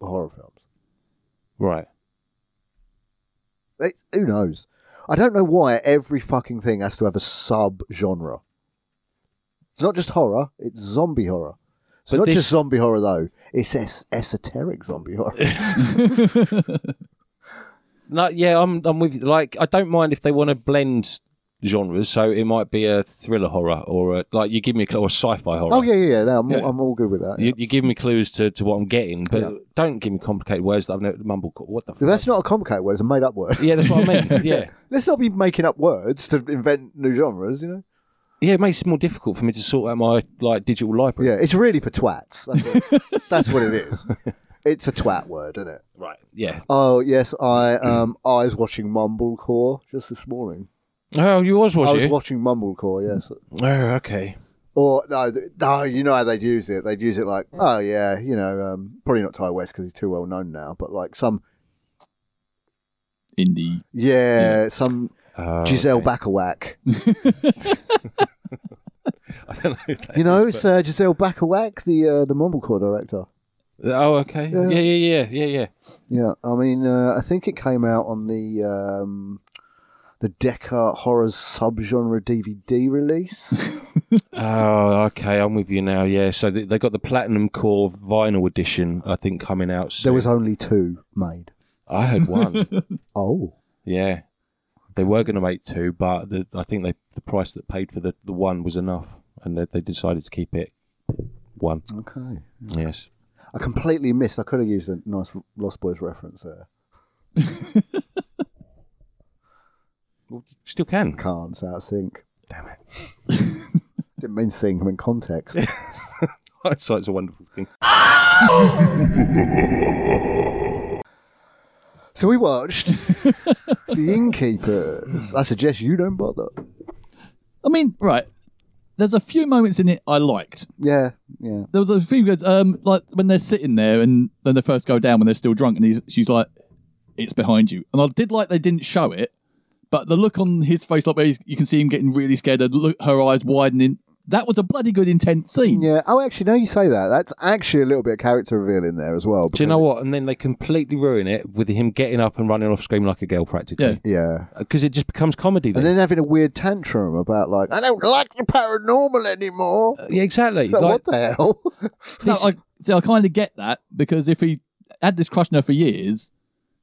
S2: horror films.
S3: Right.
S2: It, who knows? I don't know why every fucking thing has to have a sub genre. It's not just horror, it's zombie horror. It's
S3: But
S2: not
S3: this-
S2: just zombie horror, though. It's es- esoteric zombie horror.
S3: No, yeah, I'm I'm with you. Like I don't mind if they want to blend genres. So it might be a thriller horror or a, like you give me a, cl- or a sci-fi horror.
S2: Oh yeah, yeah, yeah. No, I'm,
S3: Yeah.
S2: I'm all good with that. yeah.
S3: You, you give me clues to, to what I'm getting, but
S2: Yeah.
S3: don't give me complicated words that I've never mumbled. What the?
S2: That's not a complicated word. It's a made-up word.
S3: Yeah, that's what I mean. Yeah.
S2: Let's not be making up words to invent new genres. You know.
S3: Yeah, it makes it more difficult for me to sort out my like digital library.
S2: Yeah, it's really for twats. That's what, that's what it is. It's a twat word, isn't it?
S3: Right. Yeah.
S2: Oh yes, I um I was watching Mumblecore just this morning.
S3: Oh, you was was
S2: I
S3: you?
S2: was watching Mumblecore, yes.
S3: oh, okay.
S2: Or no, th- no, you know how they'd use it. They'd use it like, oh yeah, you know, um, probably not Ty West because he's too well known now, but like some,
S4: Indie.
S2: yeah, some
S3: Oh,
S2: Giselle
S3: okay.
S2: Backerwack.
S3: I don't know. who that
S2: You know,
S3: is,
S2: it's uh, Giselle Backerwack, the uh, the Mumblecore director.
S3: but- Oh, okay.
S2: Yeah.
S3: Yeah, yeah, yeah, yeah, yeah.
S2: Yeah, I mean, uh, I think it came out on the um, the Decca Horrors subgenre DVD release.
S3: Oh, okay. I'm with you now. Yeah. So they, they got the platinum core vinyl edition, I think, coming out. Soon.
S2: there was only two made.
S3: I had one.
S2: Oh,
S3: yeah. They were going to make two, but the, I think they the price that paid for the, the one was enough, and they, they decided to keep it one.
S2: okay.
S3: Yes.
S2: I completely missed. I could have used a nice Lost Boys reference there.
S3: Well, you still can.
S2: Can't. It's out of sync.
S3: Damn it.
S2: Didn't mean sync. I mean context.
S3: Hindsight's a wonderful thing.
S2: so we watched The Innkeepers. I suggest you don't bother.
S4: I mean, right. There's a few moments in it I liked.
S2: Yeah, yeah.
S4: There was a few good, um, like when they're sitting there and then they first go down when they're still drunk and he's, she's like, it's behind you. And I did like they didn't show it, but the look on his face, like where he's, you can see him getting really scared, and look, her eyes widening. That was a bloody good intense scene.
S2: Yeah. Oh, actually, now you say that, that's actually a little bit of character reveal in there as well.
S3: Do you
S2: because-
S3: know what? And then they completely ruin it with him getting up and running off screaming like a girl, practically.
S2: Yeah.
S3: Because it just becomes comedy then.
S2: And then having a weird tantrum about like, I don't like the paranormal anymore.
S3: Uh, yeah, exactly.
S2: Like,
S3: Like,
S2: what the hell?
S4: No, I, see, I kind of get that because if he had this crush on her for years,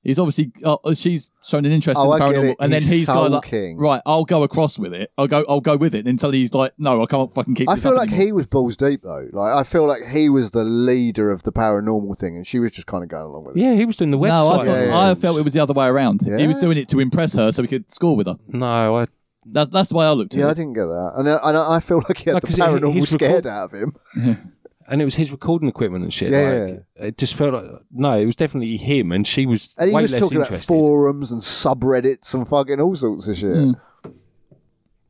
S4: he's obviously uh, she's shown an interest
S2: Oh,
S4: in the
S2: I get
S4: paranormal,
S2: it.
S4: and
S2: He's
S4: then he's gone like,
S2: sulking.
S4: right, I'll go across with it. I'll go, I'll go with it until he's like, no, I can't fucking keep.
S2: I
S4: this
S2: feel
S4: up
S2: like
S4: anymore.
S2: he was balls deep though. Like I feel like he was the leader of the paranormal thing, and she was just kind of going along with it.
S3: yeah, he was doing the website.
S4: No, I, thought,
S2: Yeah, yeah,
S4: I
S2: yeah.
S4: felt it was the other way around. He was
S2: Yeah.
S4: doing it to impress her so he could score with her.
S3: No, I,
S4: That's that's the way I looked at
S2: Yeah, I
S4: it.
S2: didn't get that, and I, and I I feel like he had
S3: No,
S2: the
S3: 'cause he-
S2: paranormal
S3: he's
S2: scared
S3: record-
S2: out of him.
S3: and it was his recording equipment and shit.
S2: Yeah,
S3: like, It just felt like, no, it was definitely him, and she was
S2: And he
S3: way
S2: was
S3: less
S2: talking about
S3: interested.
S2: forums and subreddits and fucking all sorts of shit.
S3: Hmm.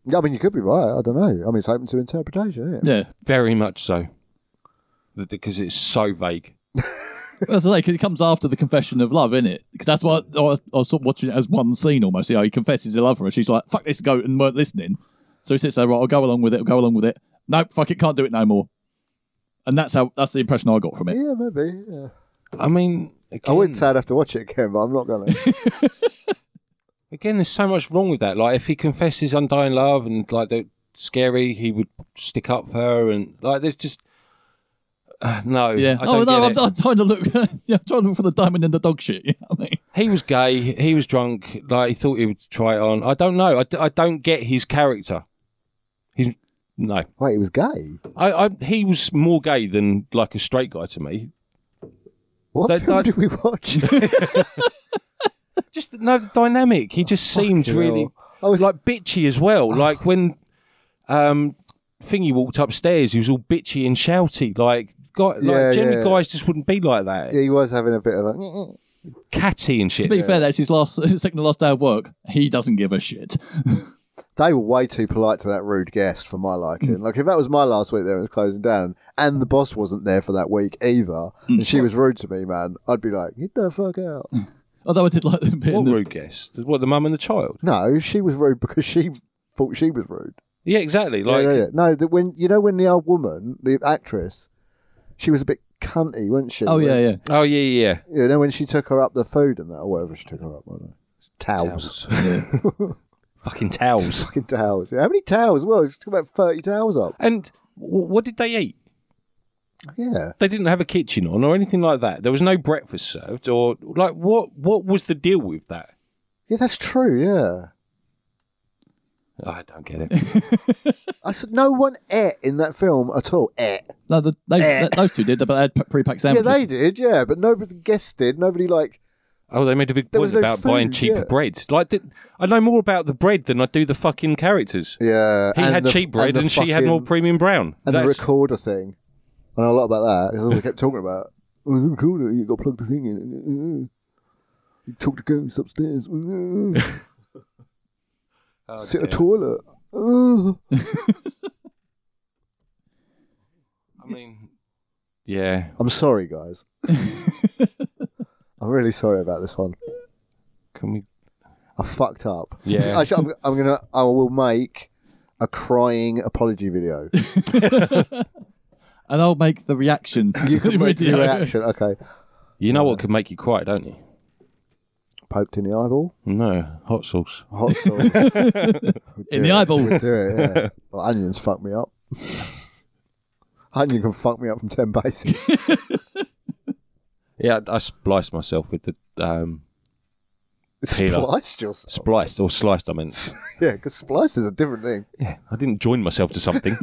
S2: Yeah, I mean, you could be right. I don't know. I mean, it's open to interpretation. Isn't it?
S4: Yeah,
S3: Very much so. Th- Because it's so vague.
S4: that's like it comes after the confession of love, isn't it? Because that's why I, I was sort of watching it as one scene almost. You know, he confesses he loves her, and she's like, "Fuck this goat," and weren't listening. So he sits there, right? I'll go along with it. I'll go along with it. Nope, fuck it, can't do it no more. And that's how that's the impression I got from it.
S2: Yeah, maybe. Yeah.
S3: I mean,
S2: I
S3: again,
S2: wouldn't say I'd have to watch it again, but I'm not going to.
S3: again, there's so much wrong with that. Like, if he confesses undying love and like the scary, he would stick up for her, and like, there's just uh, no.
S4: Yeah.
S3: I don't
S4: oh no,
S3: get
S4: I'm,
S3: it.
S4: I'm trying to look. yeah, I'm trying to look for the diamond in the dog shit. You know what I mean?
S3: He was gay. He was drunk. Like he thought he would try it on. I don't know. I, d- I don't get his character. He's no.
S2: Wait, he was gay.
S3: I, I he was more gay than like a straight guy to me.
S2: What
S3: That-
S2: film
S3: that-
S2: did we watch?
S3: Just no the dynamic. He just seemed
S2: Fucking
S3: really
S2: hell. I was like,
S3: like bitchy as well. Like when um thingy walked upstairs, he was all bitchy and shouty. Like guy, like
S2: Yeah,
S3: generally
S2: yeah.
S3: guys just wouldn't be like that.
S2: he was having a bit of a.
S3: Catty and
S4: to
S3: shit.
S4: be fair, that's his last, second to last day of work. He doesn't give a shit.
S2: They were way too polite to that rude guest for my
S4: Mm.
S2: liking. like if that was my last week there and it was closing down, and the boss wasn't there for that week either,
S4: Mm.
S2: and she was rude to me, man, I'd be like, get the fuck out.
S4: Although I did like the bit.
S3: What
S4: In the,
S3: rude guest? What the mum and the child?
S2: no, she was rude because she thought she was rude.
S3: Yeah, exactly.
S2: Yeah,
S3: Like
S2: yeah, yeah. No, that when you know when the old woman, the actress, she was a bit cunty, wasn't she?
S4: oh yeah, yeah.
S3: oh yeah, yeah, yeah.
S2: You know when she took her up the food and that, or whatever she took her up, I don't know. towels.
S3: Fucking towels.
S2: Fucking towels. Yeah, How many towels? Well, it's about 30 towels up.
S3: And w- what did they eat?
S2: Yeah.
S3: They didn't have a kitchen on or anything like that. There was no breakfast served or like what what was the deal with that?
S2: Yeah, that's true. Yeah.
S3: I don't get it.
S2: I said no one ate in that film at all. Ate.
S4: No, the, they,
S2: Eh.
S4: th- those two did, but they had p- pre-packed
S2: Yeah,
S4: sandwiches.
S2: they did. Yeah, but nobody guessed did. Nobody like.
S3: Oh, they made a big
S2: There
S3: point
S2: was no
S3: about buying
S2: food,
S3: cheaper
S2: yeah.
S3: bread. Like, th- I know more about the bread than I do the fucking characters.
S2: Yeah.
S3: He
S2: and
S3: had
S2: the-
S3: cheap bread and,
S2: the
S3: she had more
S2: fucking-
S3: premium brown.
S2: and the
S3: That's-
S2: recorder thing. I know a lot about that. That's all we kept talking about. Oh, the recorder, you got to plug the thing in. You talk to ghosts upstairs.
S3: Oh,
S2: Sit in a
S3: dear.
S2: toilet. Oh.
S3: I mean, yeah.
S2: I'm sorry, guys. I'm really sorry about this one.
S3: Can we?
S2: I fucked up.
S3: Yeah.
S2: Actually, I'm, I'm gonna. I will make a crying apology video.
S4: and I'll make the reaction. uh,
S2: You can make the
S4: Video.
S2: reaction. Okay.
S3: You know what could make you quiet, don't you?
S2: Poked in the eyeball.
S3: No, hot sauce.
S2: Hot sauce.
S4: in the eyeball.
S2: We'd do it. Yeah. well, onions fuck me up. Onion can fuck me up from ten bases.
S3: Yeah, I, I spliced myself with the um, Taylor.
S2: Spliced yourself.
S3: spliced or sliced. I meant.
S2: Yeah, because splice is a different thing.
S3: Yeah, I didn't join myself to something.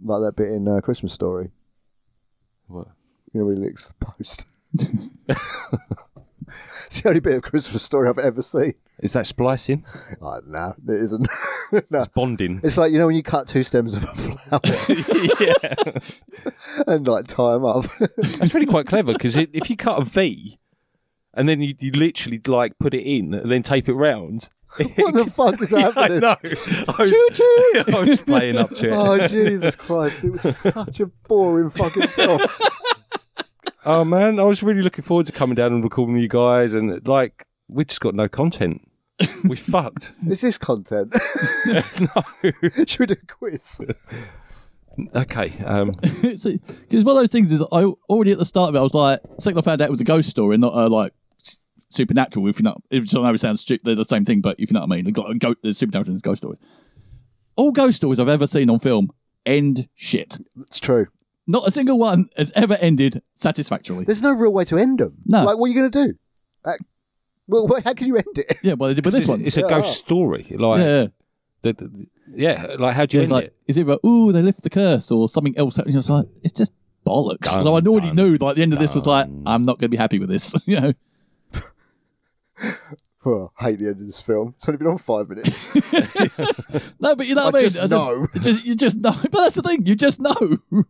S2: Like that bit in uh, Christmas Story.
S3: what?
S2: You know, where he licks the post. it's the only bit of Christmas Story I've ever seen.
S3: Is that splicing?
S2: Oh, no, it isn't. no.
S3: Bonding.
S2: It's like, you know, when you cut two stems of a flower
S3: yeah,
S2: and like tie them up.
S3: that's really quite clever because if you cut a V, and then you, you literally like put it in and then tape it round.
S2: what the fuck is
S3: I
S2: happening?
S3: know. I was, I was playing up to it.
S2: Oh, Jesus Christ. It was such a boring fucking film.
S3: Oh man, I was really looking forward to coming down and recording you guys, and like we just got no content. We fucked.
S2: Is this content?
S3: No.
S2: Should we do a quiz?
S3: Okay. Um,
S4: Because one of those things is I already at the start of it I was like, second I found out it was a ghost story, not a like s- supernatural. If you know, which I know it sounds stupid, they're the same thing, but if you know what I mean, like, a go- there's supernatural and there's ghost stories. All ghost stories I've ever seen on film end shit.
S2: It's true.
S4: Not a single one has ever ended satisfactorily.
S2: There's no real way to end them.
S4: No.
S2: Like, what are you going to do? Uh, well, wh- how can you end it?
S4: Yeah, well, they did with this
S3: it's,
S4: one.
S3: it's a ghost story. Like,
S4: yeah,
S3: yeah,
S4: yeah.
S3: the, the- yeah like how do
S4: Yeah,
S3: you end
S4: it's like,
S3: it?
S4: is it about, ooh, they lift the curse or something else? happened? It's like, it's just bollocks.
S3: Done,
S4: so I already
S3: done,
S4: knew, like, the end of this was like,
S3: done.
S4: I'm not going to be happy with this. you know,
S2: Oh, I hate the end of this film. It's only been on five minutes.
S4: no, but you know what I
S2: I
S4: mean.
S2: just
S4: I just-
S2: know.
S4: it's just- you just know. But that's the thing, you just know.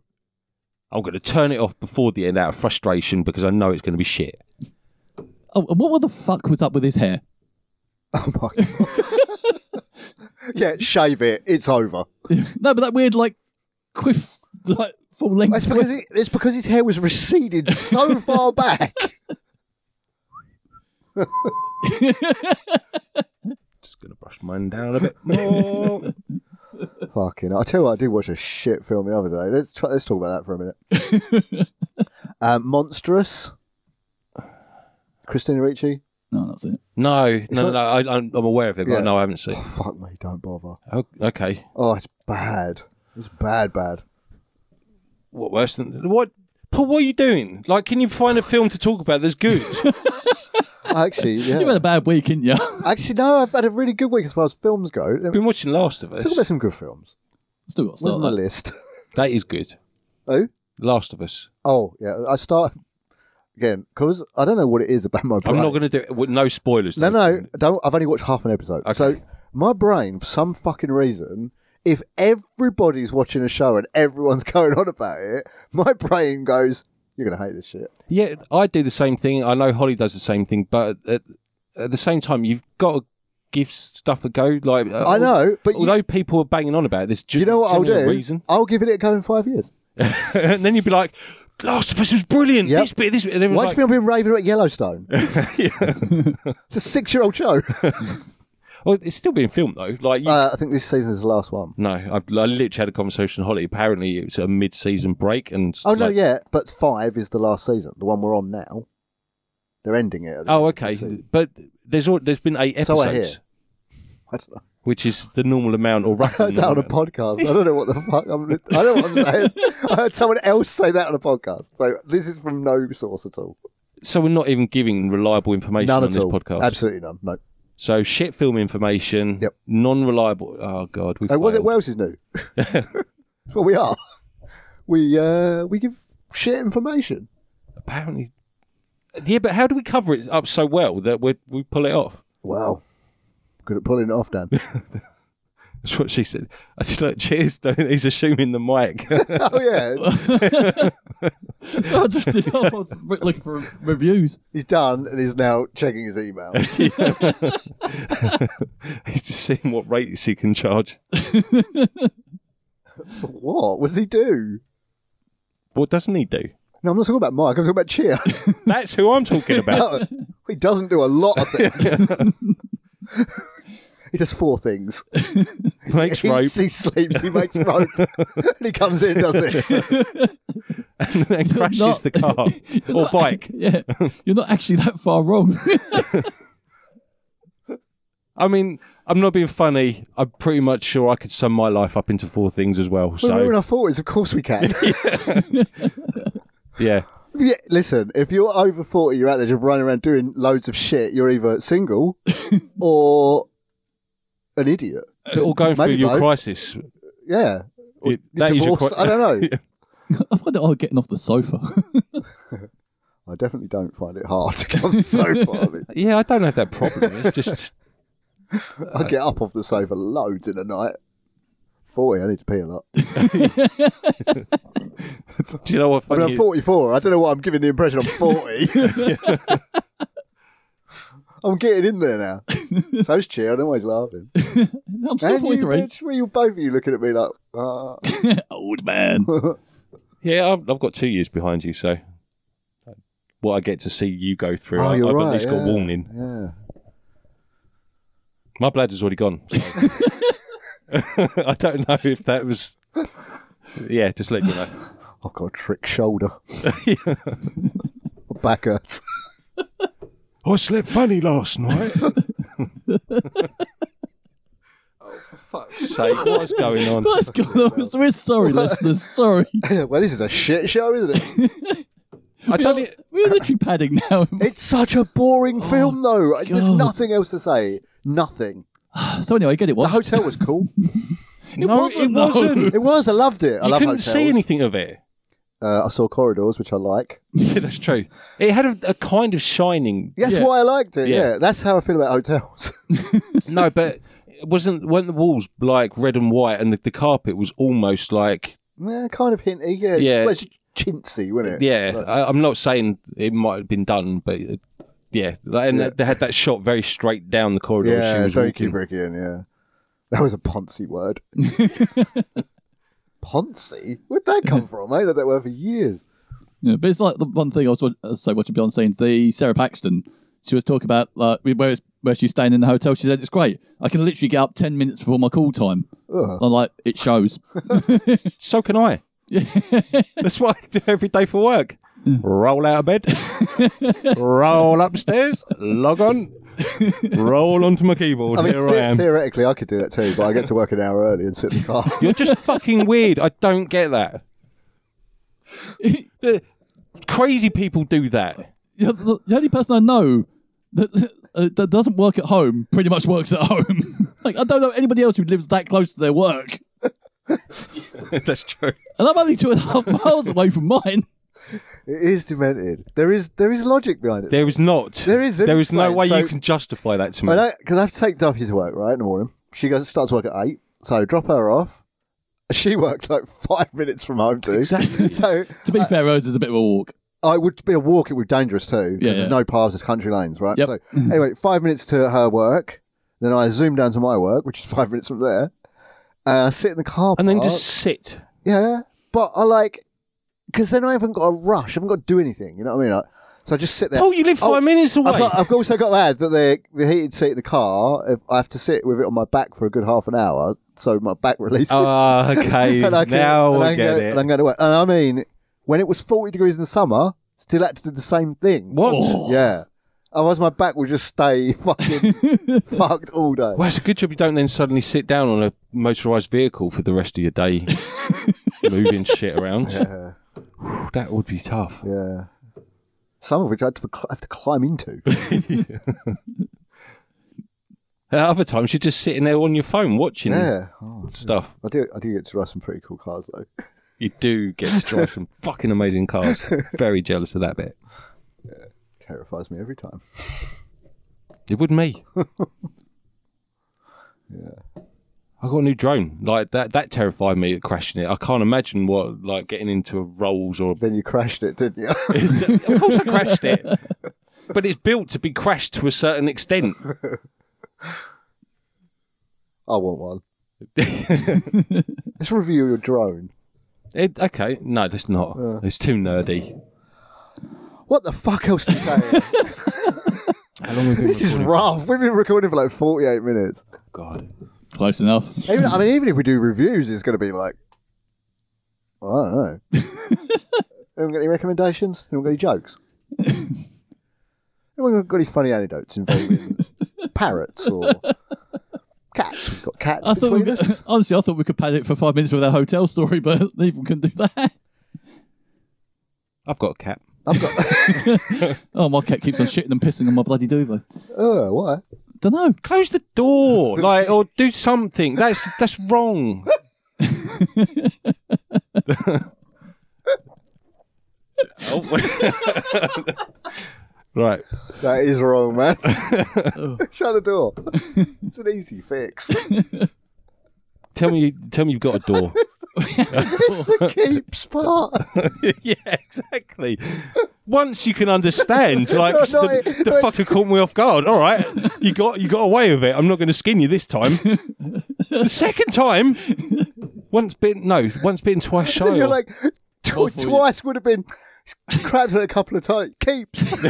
S3: I'm going to turn it off before the end out of frustration because I know it's going to be shit.
S4: Oh, and what the fuck was up with his hair?
S2: oh my god. yeah, shave it. It's over.
S4: No, but that weird like quiff, like full length.
S2: It's because it, it's because his hair was receded so far back.
S3: Just going to brush mine down a bit more.
S2: Fucking, I tell you what, I did watch a shit film the other day. Let's try, let's talk about that for a minute. um, Monstrous. Christina Ricci.
S4: no, that's it.
S3: no, no, no,
S2: not-
S3: no. I, I'm, I'm aware of it, but
S2: Yeah.
S3: no, I haven't seen.
S2: Oh
S3: it.
S2: fuck me, don't bother.
S3: Oh, okay.
S2: Oh, it's bad. It's bad, bad.
S3: What worse than what? Paul, what are you doing? Like, can you find a film to talk about that's good?
S2: Actually,
S4: You had
S2: yeah.
S4: a bad week, didn't you?
S2: Actually, no, I've had a really good week as far as films go. Let's
S3: been watching Last of
S2: talk about
S3: Us.
S2: some good films.
S4: Still got to
S2: Where's
S4: start.
S2: my
S4: that.
S2: list?
S3: That is good.
S2: Oh,
S3: Last of Us.
S2: oh, yeah. I start again because I don't know what it is about my
S3: I'm
S2: brain.
S3: not going to do it. with No spoilers.
S2: No,
S3: though.
S2: no, don't. I've only watched half an episode.
S3: Okay.
S2: So my brain, for some fucking reason, if everybody's watching a show and everyone's going on about it, my brain goes, "You're gonna hate this shit."
S3: Yeah, I do the same thing. I know Holly does the same thing, but at, at the same time, you've got to give stuff a go. Like uh,
S2: I know, but you-
S3: although people are banging on about this,
S2: Do you know what I'll do?
S3: Reason,
S2: I'll give it a go in five years.
S3: and then you'd be like, "Last of Us was brilliant.
S2: Yep.
S3: This bit, this bit." And everyone's
S2: Why do you
S3: like,
S2: think I've been raving about Yellowstone? it's a six-year-old show.
S3: "Oh, it's still being filmed though." Like, you,
S2: Uh, I think this season is the last one.
S3: no, I've, I literally had a conversation with Holly. Apparently, it's a mid-season break, and
S2: Oh no,
S3: like-
S2: yeah, but five is the last season, the one we're on now. They're ending it. at the
S3: Oh,
S2: end of the
S3: okay,
S2: season.
S3: but there's al- there's been eight
S2: So
S3: episodes,
S2: I hear. I don't know.
S3: which is the normal amount or
S2: I
S3: roughly
S2: heard that on a
S3: normal amount.
S2: podcast. I don't know what the fuck I'm. I don't know what I'm saying. I heard someone else say that on a podcast. So this is from no source at all.
S3: So we're not even giving reliable information
S2: None
S3: on
S2: at
S3: this
S2: all.
S3: podcast.
S2: Absolutely none. No.
S3: So shit film information.
S2: Yep.
S3: Non-reliable. Oh god, we.
S2: Oh, was it
S3: failed.
S2: Wales is new? That's what we are. We uh, we give shit information.
S3: apparently? Yeah, but how do we cover it up so well that we we pull it off?
S2: Wow, good at pulling it off, Dan.
S3: That's what she said. I just like cheers. Don't he's assuming the mic.
S2: oh yeah,
S4: I just I was re- looking for reviews.
S2: he's done and he's now checking his email.
S3: he's just seeing what rates he can charge.
S2: what? What does he do?
S3: What doesn't he do?
S2: No, I'm not talking about Mike. I'm talking about Cheer.
S3: That's who I'm talking about.
S2: No, he doesn't do a lot of things. he does four things.
S3: Makes
S2: he
S3: rope
S2: eats, he sleeps, he makes rope, and he comes in and does this.
S3: and then
S4: You're
S3: crashes
S4: not-
S3: the car
S4: You're
S3: or
S4: not-
S3: bike.
S4: Yeah, you're not actually that far wrong.
S3: I mean, I'm not being funny. I'm pretty much sure I could sum my life up into four things as well.
S2: So, We're in
S3: So
S2: our forties, of course we can.
S3: yeah,
S2: Yeah, listen, if you're over 40, you're out there just running around doing loads of shit, you're either single or an idiot.
S3: or going through
S2: Maybe
S3: your
S2: both.
S3: crisis.
S2: Yeah. Or
S3: It- that is your
S2: divorced.
S3: cri-
S2: I don't know.
S4: I find it hard getting off the sofa.
S2: I definitely don't find it hard to get off the sofa. I, mean,
S3: Yeah, I don't have that problem. It's just
S2: I get up off the sofa loads in a night. 40, I need to pee a lot.
S3: do you know what?
S2: I mean,
S3: Funny
S2: I'm 44. I don't know why I'm giving the impression I'm 40. I'm getting in there now. So's cheer. I'm always laughing.
S4: I'm still
S2: And you,
S4: 43.
S2: bitch, were you both of you looking at me like, uh,
S4: Old man.
S3: yeah, I've, I've got two years behind you, so what I get to see you go through,
S2: Oh,
S3: I,
S2: you're
S3: I've
S2: right,
S3: at least got
S2: yeah.
S3: warning.
S2: yeah.
S3: My bladder's already gone. so- I don't know if that was. Yeah, just let you know.
S2: I've got a trick shoulder. My back hurts.
S3: I slept funny last night. oh, for fuck's sake, what's going on?
S4: What's going on? We're sorry, listeners. Sorry.
S2: well, this is a shit show, isn't it?
S3: I
S4: We
S3: don't.
S4: are, we're literally padding now.
S2: It's such a boring
S3: Oh,
S2: film, though. There's
S4: God.
S2: nothing else to say. Nothing.
S4: So anyway, get it
S2: The
S4: watched.
S2: hotel was cool.
S3: e-,
S4: It
S3: No,
S4: wasn't.
S3: it
S4: though.
S3: wasn't.
S2: it was. I loved it. I
S3: you
S2: love
S3: couldn't
S2: hotels.
S3: see anything of it.
S2: Uh, I saw corridors, which I like.
S3: Yeah, that's true. It had a, a kind of shining.
S2: That's
S4: Yeah.
S2: why I liked it.
S3: Yeah.
S2: Yeah. that's how I feel about hotels.
S3: No, but it wasn't weren't the walls like red and white, and the, the carpet was almost like
S2: yeah, kind of hinty. Yeah, it's-
S3: Yeah.
S2: well, it's chintzy, wasn't it?
S3: yeah.
S2: Like,
S3: I, I'm not saying it might have been done, but uh, yeah, like, and
S2: Yeah.
S3: they had that shot very straight down the corridor. as she
S2: yeah,
S3: was
S2: it's very
S3: walking.
S2: Kubrickian. Yeah, that was a Ponzi word. Ponzi? Where'd that come from? I had that word for years.
S4: Yeah, but it's like the one thing I was wa- uh, so watching Beyond Scenes, the Sarah Paxton. She was talking about like where it's, where she's staying in the hotel. She said it's great. I can literally get up ten minutes before my call time. I'm like, it shows.
S3: So can I. That's what I do every day for work. Roll out of bed, roll upstairs, log on, roll onto my keyboard.
S2: I mean,
S3: Here
S2: the-
S3: I am.
S2: theoretically, I could do that too, but I get to work an hour early and sit in the car.
S3: You're just fucking weird. I don't get that. The- crazy people do that.
S4: You're the, the only person I know that uh, that doesn't work at home pretty much works at home. like I don't know anybody else who lives that close to their work,
S3: That's true.
S4: and I'm only two and a half miles away from mine.
S2: it is demented. There is there is logic behind it.
S3: There is not.
S2: There is-
S3: There is no
S2: explain.
S3: way
S2: So-
S3: you can justify that to me.
S2: I know because I have to take Duffy to work right in the morning. She goes starts work at eight, so drop her off. She works like five minutes from home too.
S3: Exactly.
S2: So
S4: To be fair, Rose is a bit of a walk.
S2: I would be a walk. Oh, It would be dangerous too. 'cause
S4: Yeah,
S2: there's
S4: yeah.
S2: no paths. There's country lanes, right?
S4: Yep.
S2: So anyway, five minutes to her work. Then I zoom down to my work, which is five minutes from there. Uh, sit in the car,
S3: and then
S2: park.
S3: just sit.
S2: yeah. But I like because then I haven't got a rush. I haven't got to do anything. You know what I mean? Like, so I just sit there.
S3: Oh, you live five
S2: Oh,
S3: minutes away.
S2: I've, got, I've also got to add that the the heated seat in the car. If I have to sit with it on my back for a good half an hour, so my back releases.
S3: Ah, okay.
S2: And I can-
S3: now
S2: and
S3: I
S2: can
S3: get
S2: go-
S3: it.
S2: And I'm going to work. And I mean, when it was 40 degrees in the summer, still had to do the same thing.
S3: what?
S2: Yeah. Otherwise, my back will just stay fucking fucked all day.
S3: Well, it's a good job you don't then suddenly sit down on a motorised vehicle for the rest of your day, moving shit around.
S2: Yeah.
S3: Whew, That would be tough.
S2: Yeah. Some of which I had to cl- have to climb into.
S3: At other times, you're just sitting there on your phone watching
S2: Yeah. Oh,
S3: stuff.
S2: I do. I do get to drive some pretty cool cars though.
S3: You do get to drive some fucking amazing cars. Very jealous of that bit.
S2: Terrifies me every time.
S3: It would me. yeah. I got a new drone. Like that that terrified me at crashing it. I can't imagine what like getting into a Rolls or
S2: Then you crashed it, didn't you?
S3: Of course I crashed it. But it's built to be crashed to a certain extent.
S2: I want one. Let's review your drone.
S3: It, okay, no, it's not. It's too nerdy.
S2: What the fuck else are you saying?
S3: How long have we been
S2: this is
S3: recording?
S2: rough. We've been recording for like 48 minutes.
S3: God.
S4: Close enough.
S2: Even, I mean, even if we do reviews, it's going to be like, I don't know. Anyone got any recommendations? Anyone got any jokes? Anyone got any funny anecdotes involving parrots or cats? We've got cats
S4: I thought we
S2: between
S4: could,
S2: us.
S4: honestly, I thought we could pad it for five minutes with our hotel story, but even couldn't do that.
S3: I've got a cat.
S2: I've got.
S4: Oh, my cat keeps on shitting and pissing on my bloody duvet.
S2: Oh, why?
S4: Don't know.
S3: Close the door, like, or do something. That's that's wrong. Oh. right.
S2: That is wrong, man.
S4: Oh.
S2: Shut the door. It's an easy fix.
S3: Tell me, tell me you've got a door.
S2: Just the keeps part.
S3: yeah, exactly. Once you can understand, like
S2: No, no,
S3: the,
S2: it-
S3: the
S2: like-
S3: fucker caught me off guard. All right, you got you got away with it. I'm not going to skin you this time. the second time, once bitten, no, once bitten, twice shy.
S2: Then you're
S3: or-
S2: like, tw- twice would have been crabbed it a couple of times. Keeps. it's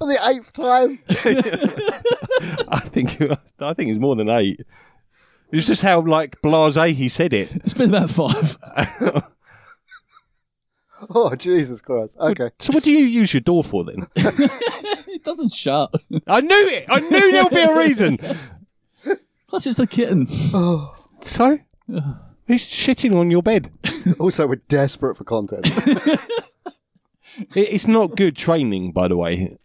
S2: on the eighth time.
S3: I think I think it's more than eight. It's just how like blasé he said it.
S4: It's been about five.
S2: Oh, Jesus Christ. Okay.
S3: So what do you use your door for then?
S4: it doesn't shut.
S3: I knew it. I knew there would be a reason.
S4: Plus, it's the kitten.
S3: So he's shitting on your bed.
S2: Also, we're desperate for content.
S3: It- It's not good training, by the way.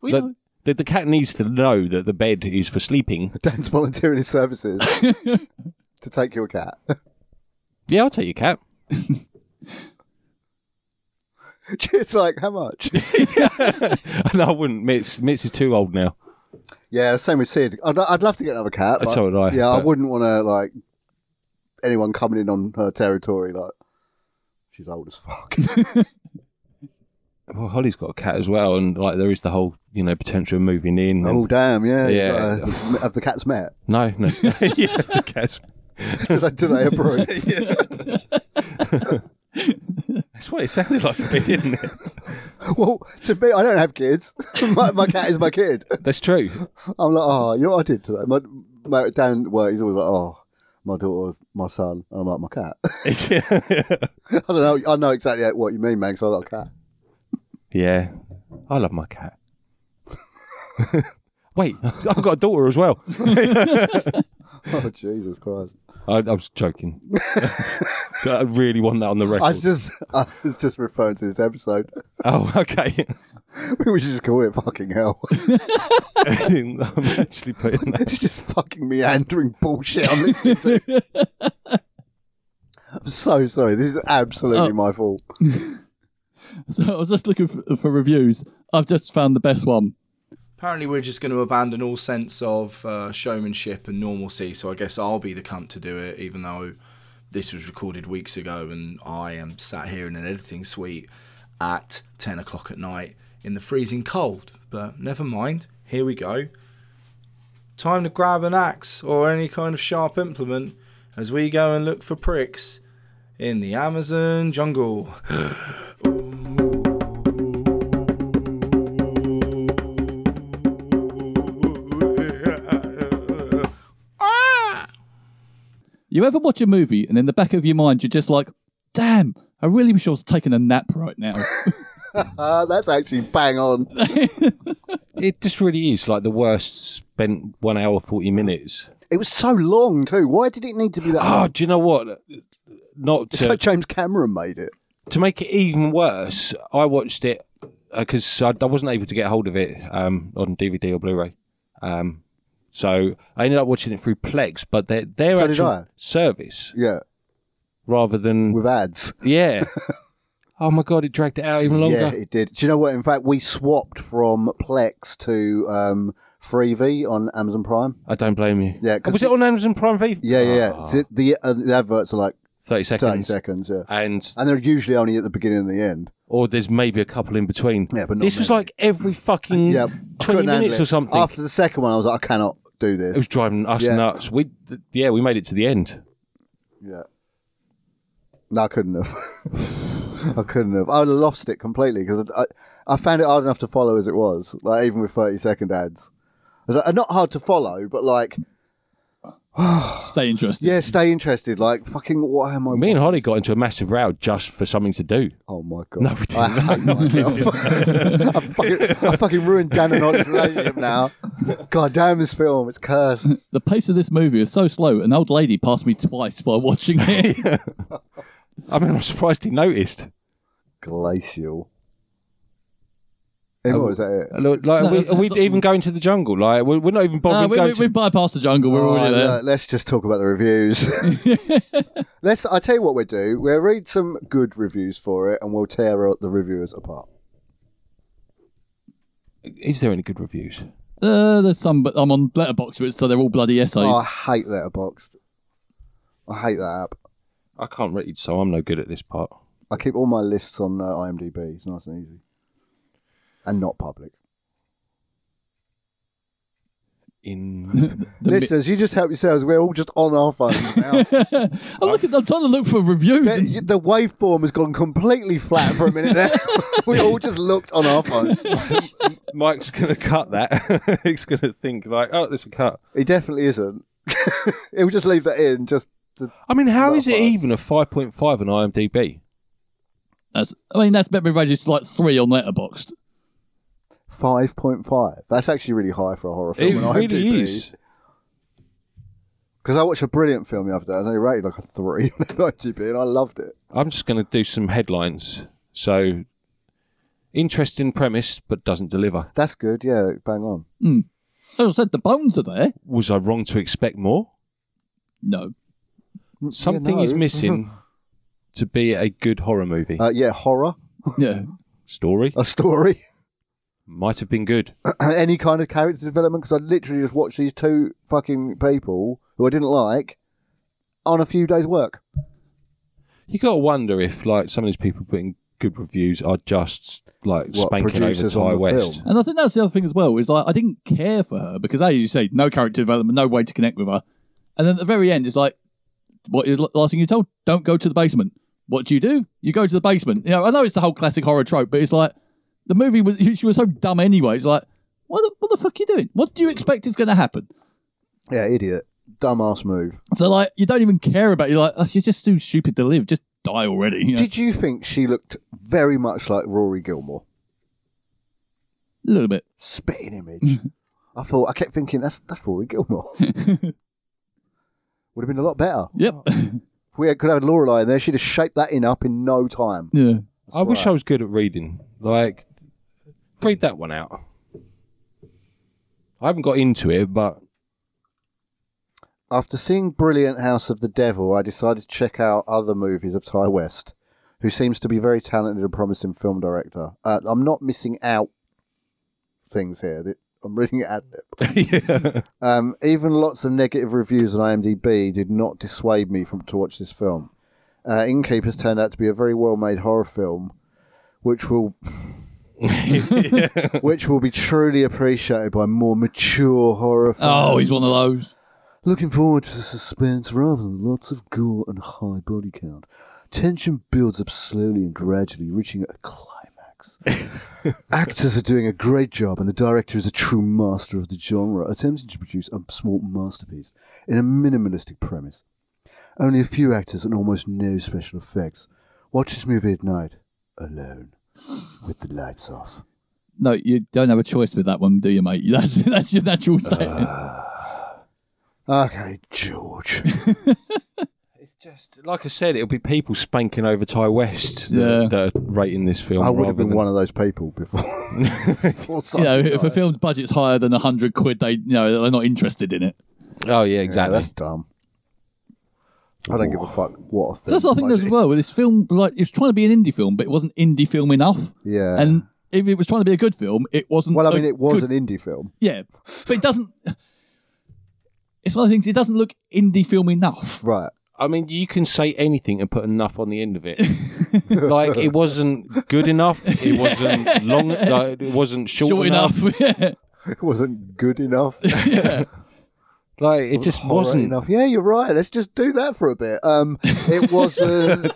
S4: We
S3: That-
S4: know.
S3: that the cat needs to know that the bed is for sleeping.
S2: Dan's volunteering his services to take your cat.
S3: Yeah, I'll take your cat.
S2: It's like, how much?
S3: no, I wouldn't. Mitz, Mitz is too old now.
S2: Yeah, same with Sid. I'd, I'd love to get another cat.
S3: Uh,
S2: But,
S3: so would I,
S2: Yeah, I
S3: but-
S2: wouldn't want to like anyone coming in on her territory. Like, she's old as fuck.
S3: Well, Holly's got a cat as well, and like there is the whole you know potential of moving in. and-
S2: oh damn! Yeah, you've
S3: Yeah.
S2: got a- have the cats met?
S3: no, no, yeah, the cat's.
S2: Do they, do they approve?
S3: That's what it sounded like a bit, didn't it?
S2: well, to me, I don't have kids. my, my cat is my kid.
S3: That's true.
S2: I'm like, oh, you know what I did today? My, my Dan, well, he's always like, oh, my daughter, my son. And I'm like, my cat. I don't know. I know exactly what you mean, man. Because I got a cat.
S3: yeah, I love my cat. Wait, I've got a daughter as well.
S2: Oh Jesus Christ!
S3: I, I was joking. I really want that on the record.
S2: I just, I was just referring to this episode.
S3: Oh, okay.
S2: we should just call it fucking hell.
S3: I'm actually putting that.
S2: It's just fucking meandering bullshit I'm listening to. I'm so sorry. This is absolutely
S4: Oh.
S2: my fault.
S4: So I was just looking for, for reviews. I've just found the best one.
S1: Apparently, we're just going to abandon all sense of uh, showmanship and normalcy, so I guess I'll be the cunt to do it, even though this was recorded weeks ago and I am sat here in an editing suite at 10 o'clock at night in the freezing cold. But never mind, here we go. Time to grab an axe or any kind of sharp implement as we go and look for pricks in the Amazon jungle. Ah!
S4: You ever watch a movie and in the back of your mind you're just like, damn, I really wish I was taking a nap right now.
S2: Uh, that's actually bang on.
S3: It just really is like the worst spent one hour, 40 minutes.
S2: It was so long too. Why did it need to be that?
S3: Oh,
S2: long?
S3: do you know what? Not
S2: It's like
S3: to,
S2: James Cameron made it.
S3: to make it even worse, I watched uh, it because I, I wasn't able to get hold of it um, on DVD or Blu ray. Um, So I ended up watching it through Plex, but their their
S2: So did I.
S3: actual service
S2: Yeah,
S3: rather than
S2: with ads.
S3: yeah. oh my god, it dragged it out even longer.
S2: Yeah, it did. Do you know what? In fact, we swapped from Plex to um, Freevee on Amazon Prime.
S3: I don't blame you.
S2: Yeah,
S3: Oh,
S2: 'cause
S3: was it on Amazon Prime Video?
S2: Yeah, yeah, yeah.
S3: Ah,
S2: So the, uh, the adverts are like 30
S3: Thirty seconds.
S2: seconds, yeah.
S3: And
S2: And they're usually only at the beginning and the end.
S3: or there's maybe a couple in between.
S2: Yeah, but not
S3: this was
S2: many.
S3: like every fucking
S2: Yeah, I
S3: twenty
S2: couldn't handle
S3: minutes
S2: it.
S3: or something.
S2: After the second one, I was like, I cannot do
S3: it
S2: this.
S3: was driving us
S2: Yeah.
S3: nuts. We th- yeah, we made it to the end.
S2: Yeah. No, I couldn't have. I couldn't have. I would have lost it completely because I, I found it hard enough to follow as it was, like even with 30 second ads. I was like, not hard to follow, but like,
S4: Stay interested.
S2: yeah, stay interested. Like, fucking, what am I?
S3: Me and Holly got into a massive row just for something to do.
S2: Oh my god!
S3: No, we didn't.
S2: I hate myself. I, fucking, I fucking ruined Dan and Ollie's relationship now. God damn this film, it's cursed.
S4: The pace of this movie is so slow. An old lady passed me twice while watching it.
S3: I mean, I'm surprised he noticed.
S2: Glacial. Anyway, is that it?
S3: Like, like,
S4: No,
S3: are we, are we
S4: that's-
S3: even going to the jungle? Like, we're, we're not even
S4: Uh,
S3: bothering
S4: we, Oh,
S3: going
S4: we, we bypassed the jungle. We're
S2: All right,
S4: already there.
S2: Oh, look, let's just talk about the reviews. let's. I tell you what we do. We'll read some good reviews for it, and we'll tear out the reviewers apart.
S3: to. Is there any good reviews?
S4: Uh, there's some, but I'm on Letterboxd, so they're all bloody essays.
S2: Oh, I hate Letterboxd. I hate that app.
S3: I can't read, so I'm no good at this part.
S2: I keep all my lists on uh, IMDb. It's nice and easy, and not public.
S3: In
S4: The mi-
S2: Listeners, you just help yourselves. We're all just on our phones now.
S4: I'm looking. I'm trying to look for reviews.
S2: the, the waveform has gone completely flat for a minute there. we all just looked on our phones.
S3: Mike's gonna cut that. He's gonna think like, oh, there's a cut.
S2: It definitely isn't. He'll just leave that in. Just to,
S3: I mean, how is it
S2: Well,
S3: even a 5.5 on IMDb?
S4: That's, I mean, that's better than just like three on Letterboxd.
S2: Five point five. That's actually really high for a horror film.
S3: It
S2: on
S3: really
S2: IMDb.
S3: is.
S2: Because I watched a brilliant film the other day. I was only rated like a three on IMDb, and I loved it.
S3: I'm just going to do some headlines. So, interesting premise, but doesn't deliver.
S2: That's good. Yeah, bang on.
S4: As I said, Oh, the bones are there.
S3: Was I wrong to expect more?
S4: No.
S3: Something
S2: no. mm-hmm.
S3: is missing to be a good horror movie.
S2: Uh, yeah, horror,
S4: Yeah.
S3: Story
S2: a story,
S3: might have been good.
S2: any kind of character development. Because I literally just watched these two fucking people who I didn't like on a few days' work.
S3: You got to wonder if like some of these people putting good reviews are just like
S2: What,
S3: spanking over
S2: producers on
S3: Ty
S2: the
S3: West.
S2: film?
S4: And I think that's the other thing as well is like I didn't care for her because as you say, no character development, no way to connect with her. And then at the very end, it's like, what is the last thing you told? Don't go to the basement. What do you do? You go to the basement. You know, I know it's the whole classic horror trope, but it's like the movie was she was so dumb anyway. It's like, what the, what the fuck are you doing? What do you expect is going to happen?
S2: Yeah, idiot, dumbass move.
S4: So like, you don't even care about. it. You're like, oh, you're just too stupid to live. Just die already. You know?
S2: Did you think she looked very much like Rory Gilmore?
S4: a little bit.
S2: Spitting image. I thought I kept thinking that's that's Rory Gilmore. Would have been a lot better.
S4: Yep.
S2: If we had, could have had Lorelai in there, she'd have shaped that in up in no time.
S4: yeah.
S3: I wish I was good at reading. Like, read that one out. I haven't got into it, but
S2: After seeing Brilliant House of the Devil, I decided to check out other movies of Ty West, who seems to be very talented and promising film director. Uh, I'm not missing out things here. Th- I'm reading it ad lib. Um, even lots of negative reviews on IMDb did not dissuade me from to watch this film. Uh, Innkeepers turned out to be a very well-made horror film, which will, which will be truly appreciated by more mature horror fans.
S4: Oh, he's one of those.
S2: Looking forward to the suspense rather than lots of gore and high body count. Tension builds up slowly and gradually, reaching a climax. Actors are doing a great job, and the director is a true master of the genre, attempting to produce a small masterpiece in a minimalistic premise. Only a few actors and almost no special effects. Watch this movie at night, alone, with the lights off.
S4: No, you don't have a choice with that one, do you, mate? That's that's your
S2: Uh,
S4: natural state.
S2: Okay, George.
S3: It's Just like I said, it'll be people spanking over Ty West
S4: Yeah.
S3: that, that are rating this film.
S2: I would have been
S3: rather than-
S2: one of those people before. before
S4: You know,
S2: Sunday
S4: if a
S2: night.
S4: film's budget's higher than hundred quid, they you know they're not interested in it.
S3: Oh yeah,
S2: Yeah,
S3: exactly.
S2: that's dumb. I don't give a fuck what a film.
S4: That's the thing as
S2: budget
S4: well. With this film, like it was trying to be an indie film, but it wasn't indie film enough.
S2: is. Yeah.
S4: And if it was trying to be a good film, it wasn't.
S2: well, I
S4: a
S2: mean, it was
S4: good-
S2: an indie film.
S4: yeah, but it doesn't. It's one of the things. It doesn't look indie film enough.
S2: Right.
S3: I mean, you can say anything and put enough on the end of it. like it wasn't good enough. It wasn't long. Like, it wasn't short,
S4: Short enough. yeah.
S2: It wasn't good enough. It
S3: Like it just wasn't.
S2: enough. Yeah, you're right. Let's just do that for a bit. Um, it wasn't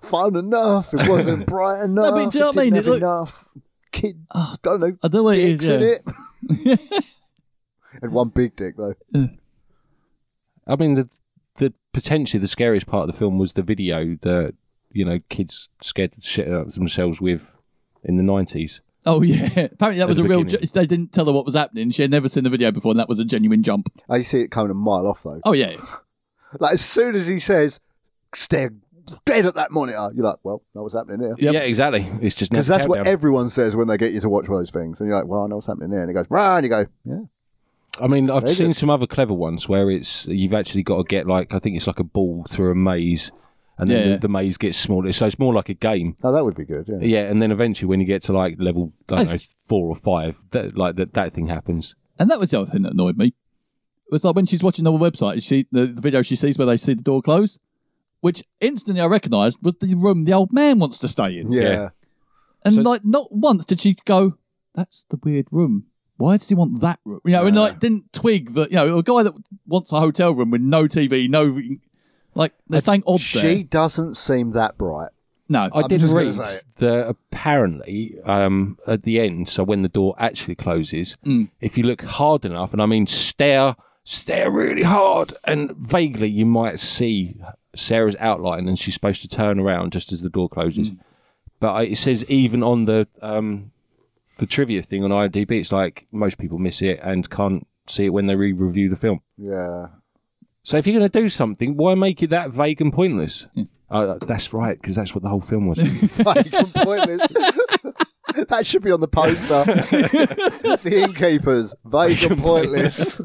S2: fun enough. It wasn't bright enough.
S4: but do you know
S2: it
S4: what I
S2: didn't
S4: mean? It
S2: have
S4: looked-
S2: enough kid. don't know.
S4: I don't know what
S2: Dicks
S4: it
S2: in
S4: is.
S2: it. and one big dick though.
S3: I mean, the the potentially the scariest part of the film was the video that you know kids scared the shit out of themselves with in the nineties.
S4: Oh yeah. Apparently that was
S3: the
S4: a real.
S3: beginning.
S4: Ju- they didn't tell her what was happening. She had never seen the video before, and that was a genuine jump.
S2: Oh, you see it coming a mile off though.
S4: Oh yeah.
S2: Like as soon as he says, "Stare dead at that monitor," you're like, "Well, that was happening here."
S4: Yep.
S3: Yeah, exactly. It's just
S2: Because
S3: now
S2: that's what
S3: countdown.
S2: everyone says when they get you to watch one of those things, and you're like, "Well, I know what's happening there," and it goes, "Rah," and you go, "Yeah."
S3: I mean, I've
S2: Very
S3: seen
S2: good.
S3: some other clever ones where it's you've actually got to get like I think it's like a ball through a maze, and then
S4: Yeah.
S3: the, the maze gets smaller. So it's more like a game.
S2: Oh, that would be good. Yeah.
S3: Yeah, and then eventually when you get to like level I don't know four or five, that like that that thing happens.
S4: And that was the other thing that annoyed me. It was like when she's watching the website, she the, the video she sees where they see the door close, which instantly I recognised was the room the old man wants to stay in.
S2: Yeah.
S3: Yeah.
S4: And
S3: So-
S4: like not once did she go, "That's the weird room. Why does he want that room?" You know, and
S2: Yeah.
S4: like didn't twig that you know a guy that wants a hotel room with no TV, no like they're saying odd
S2: She
S4: there.
S2: doesn't seem that bright.
S4: No,
S3: I
S2: I'm
S3: did
S2: just gonna
S3: read
S2: say it.
S3: that apparently um, at the end, so when the door actually closes, if you look hard enough, and I mean stare, stare really hard, and vaguely you might see Sarah's outline, and she's supposed to turn around just as the door closes. But I, it says even on the um, the trivia thing on IMDb, it's like most people miss it and can't see it when they re-review the film.
S2: Yeah.
S3: So if you're going to do something, why make it that vague and pointless? Uh, that's right, because that's what the whole film was.
S2: Fucking pointless. that should be on the poster. the innkeepers, vague and pointless.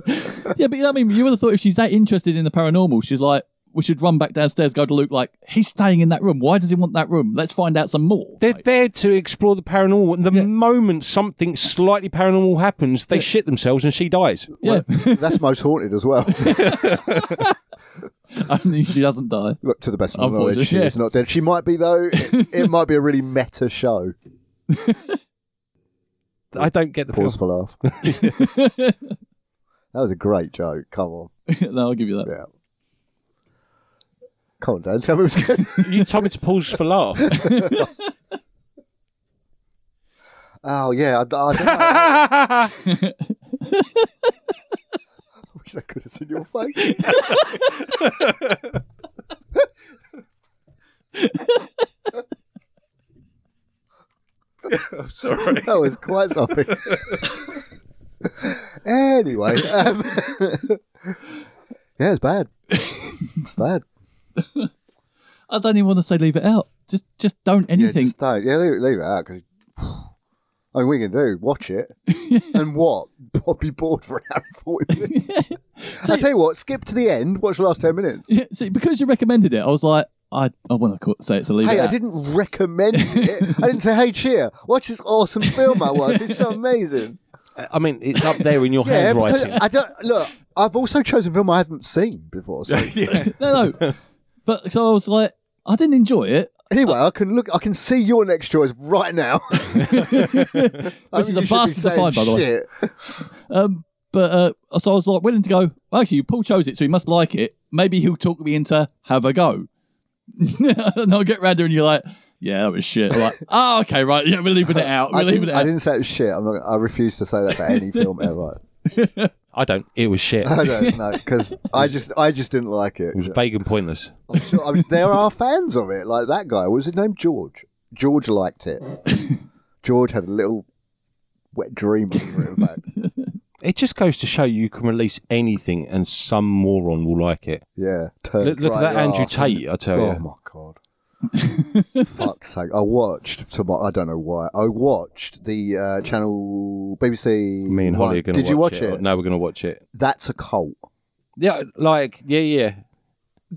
S4: yeah, but you know what I mean, you would have thought if she's that interested in the paranormal, she's like, we should run back downstairs, go to Luke, like, he's staying in that room. Why does he want that room? Let's find out some more.
S3: They're there to explore the paranormal. And the moment something slightly paranormal happens, they shit themselves and she dies.
S4: yeah,
S2: That's most haunted as well.
S4: only she doesn't die.
S2: Look, to the best of my
S4: Unfortunately,
S2: knowledge, she
S4: yeah.
S2: is not dead. She might be though. It, it might be a really meta show.
S3: I don't get the
S2: Pause
S3: film.
S2: for laugh. that was a great joke. Come on,
S4: no, I'll give you that.
S2: yeah. Come on, Dan. Tell me what's good.
S3: you told me to pause for laugh.
S2: Oh yeah, I, I don't know. I
S3: I
S2: wish I could have seen your face.
S1: I'm sorry.
S2: That was quite something. anyway, um, yeah, it's bad. It's bad.
S4: I don't even want to say leave it out. Just just don't anything.
S2: Yeah, just don't. Yeah, leave, leave it out because. I mean, we can do watch it and what? Be bored for an hour and forty minutes. I tell you what, skip to the end. Watch the last ten minutes.
S4: Yeah, see, because you recommended it, I was like, I, I want to say it's a leave
S2: Hey,
S4: it
S2: I
S4: out.
S2: didn't recommend it. I didn't say, "Hey, cheer! Watch this awesome film I watched. It's so amazing."
S3: mean, it's up there in your
S2: Yeah, because
S3: handwriting.
S2: I don't look. I've also chosen film I haven't seen before. So
S4: No, no. but so I was like, I didn't enjoy it.
S2: Anyway, I can look. I can see your next choice right now.
S4: Which is a bastard to find, by the way.
S2: way.
S4: Um, but uh, so I was like willing to go. Well, actually, Paul chose it, so he must like it. Maybe he'll talk me into have a go. and I'll get round there, and you're like, "Yeah, that was shit." I'm like, "Oh, okay, right. Yeah, we're leaving it out. We're
S2: I
S4: leaving
S2: didn't,
S4: it
S2: I
S4: out."
S2: didn't say it was shit. I'm not. I refuse to say that for any film ever.
S3: I don't. It was shit.
S2: I
S3: It
S2: don't know because I just, I just didn't like it.
S3: was vague and pointless.
S2: I'm sure, I mean, there are fans of it, like that guy. What was his name? George. George liked it. George had a little wet dream over it. In fact,
S3: It just goes to show you can release anything and some moron will like it.
S2: Yeah. Turn
S3: Look, look at
S2: dry
S3: that Andrew
S2: arse and-
S3: Tate, I tell
S2: Oh
S3: you.
S2: my god. Fuck's sake. I watched tomorrow I don't know why. I watched the uh, channel BBC
S3: Me and Holly
S2: One.
S3: are going to
S2: Did you watch it?
S3: No, we're going to watch it.
S2: That's a cult.
S3: Yeah, like, yeah, yeah.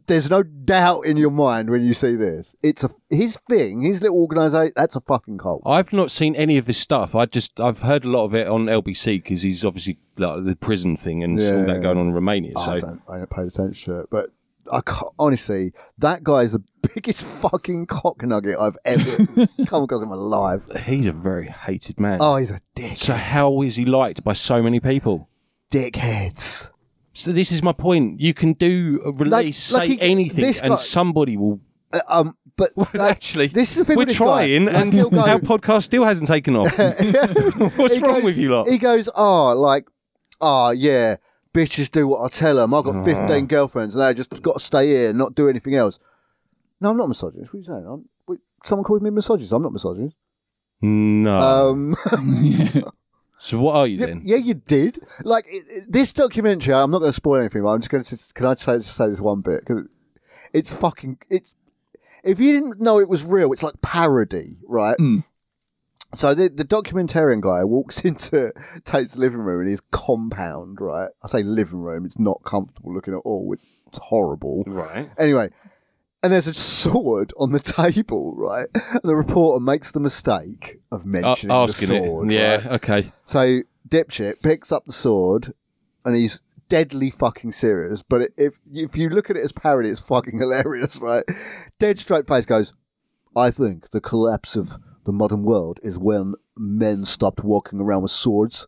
S2: There's no doubt in your mind when you see this. It's a his thing, his little organisation. That's a fucking cult.
S3: I've not seen any of this stuff. I just, I've heard a lot of it on LBC because he's obviously like the prison thing and
S2: Yeah,
S3: all
S2: yeah. Oh,
S3: that going on in Romania.
S2: I
S3: So
S2: don't, I don't pay attention to it, but I ca- honestly, that guy is the biggest fucking cock nugget I've ever come across in my life.
S3: he's a very hated man.
S2: Oh, he's a dick,
S3: So how is he liked by so many people?
S2: dickheads.
S3: So this is my point. You can do a release,
S2: like
S3: say
S2: he-
S3: anything,
S2: this
S3: and
S2: guy-
S3: somebody will.
S2: Uh, um, but
S3: Well,
S2: like,
S3: actually,
S2: this is the thing.
S3: we're
S2: with this guy.
S3: trying,
S2: Like,
S3: and
S2: he'll go-
S3: our podcast still hasn't taken off. What's
S2: he
S3: wrong
S2: goes-
S3: with you lot?
S2: He goes, oh, like, oh yeah, bitches do what I tell them. I've
S3: Ah.
S2: got fifteen girlfriends, and they just got to stay here and not do anything else. No, I'm not misogynist. What are you saying? I'm, wait, someone called me misogynist. I'm not misogynist.
S3: no.
S2: Um.
S3: so what are you
S2: Yeah,
S3: then?
S2: Yeah, you did. Like it, it- this documentary, I'm not going to spoil anything. But I'm just going to. Can I just say, just say this one bit? Because it's fucking. It's if you didn't know it was real, it's like parody, right?
S3: Hmm.
S4: Mm.
S2: So the the documentarian guy walks into Tate's living room in his compound, right? I say living room. It's not comfortable looking at all. It's horrible.
S3: Right.
S2: Anyway, and there's a sword on the table, right? And the reporter makes the mistake of
S3: Uh,
S2: mentioning
S3: asking
S2: the sword.
S3: it. Yeah.
S2: right?
S3: Okay.
S2: So dipshit picks up the sword, and he's deadly fucking serious. But it, if if you look at it as parody, it's fucking hilarious, right? Dead straight face goes. I think the collapse of the modern world is when men stopped walking around with swords.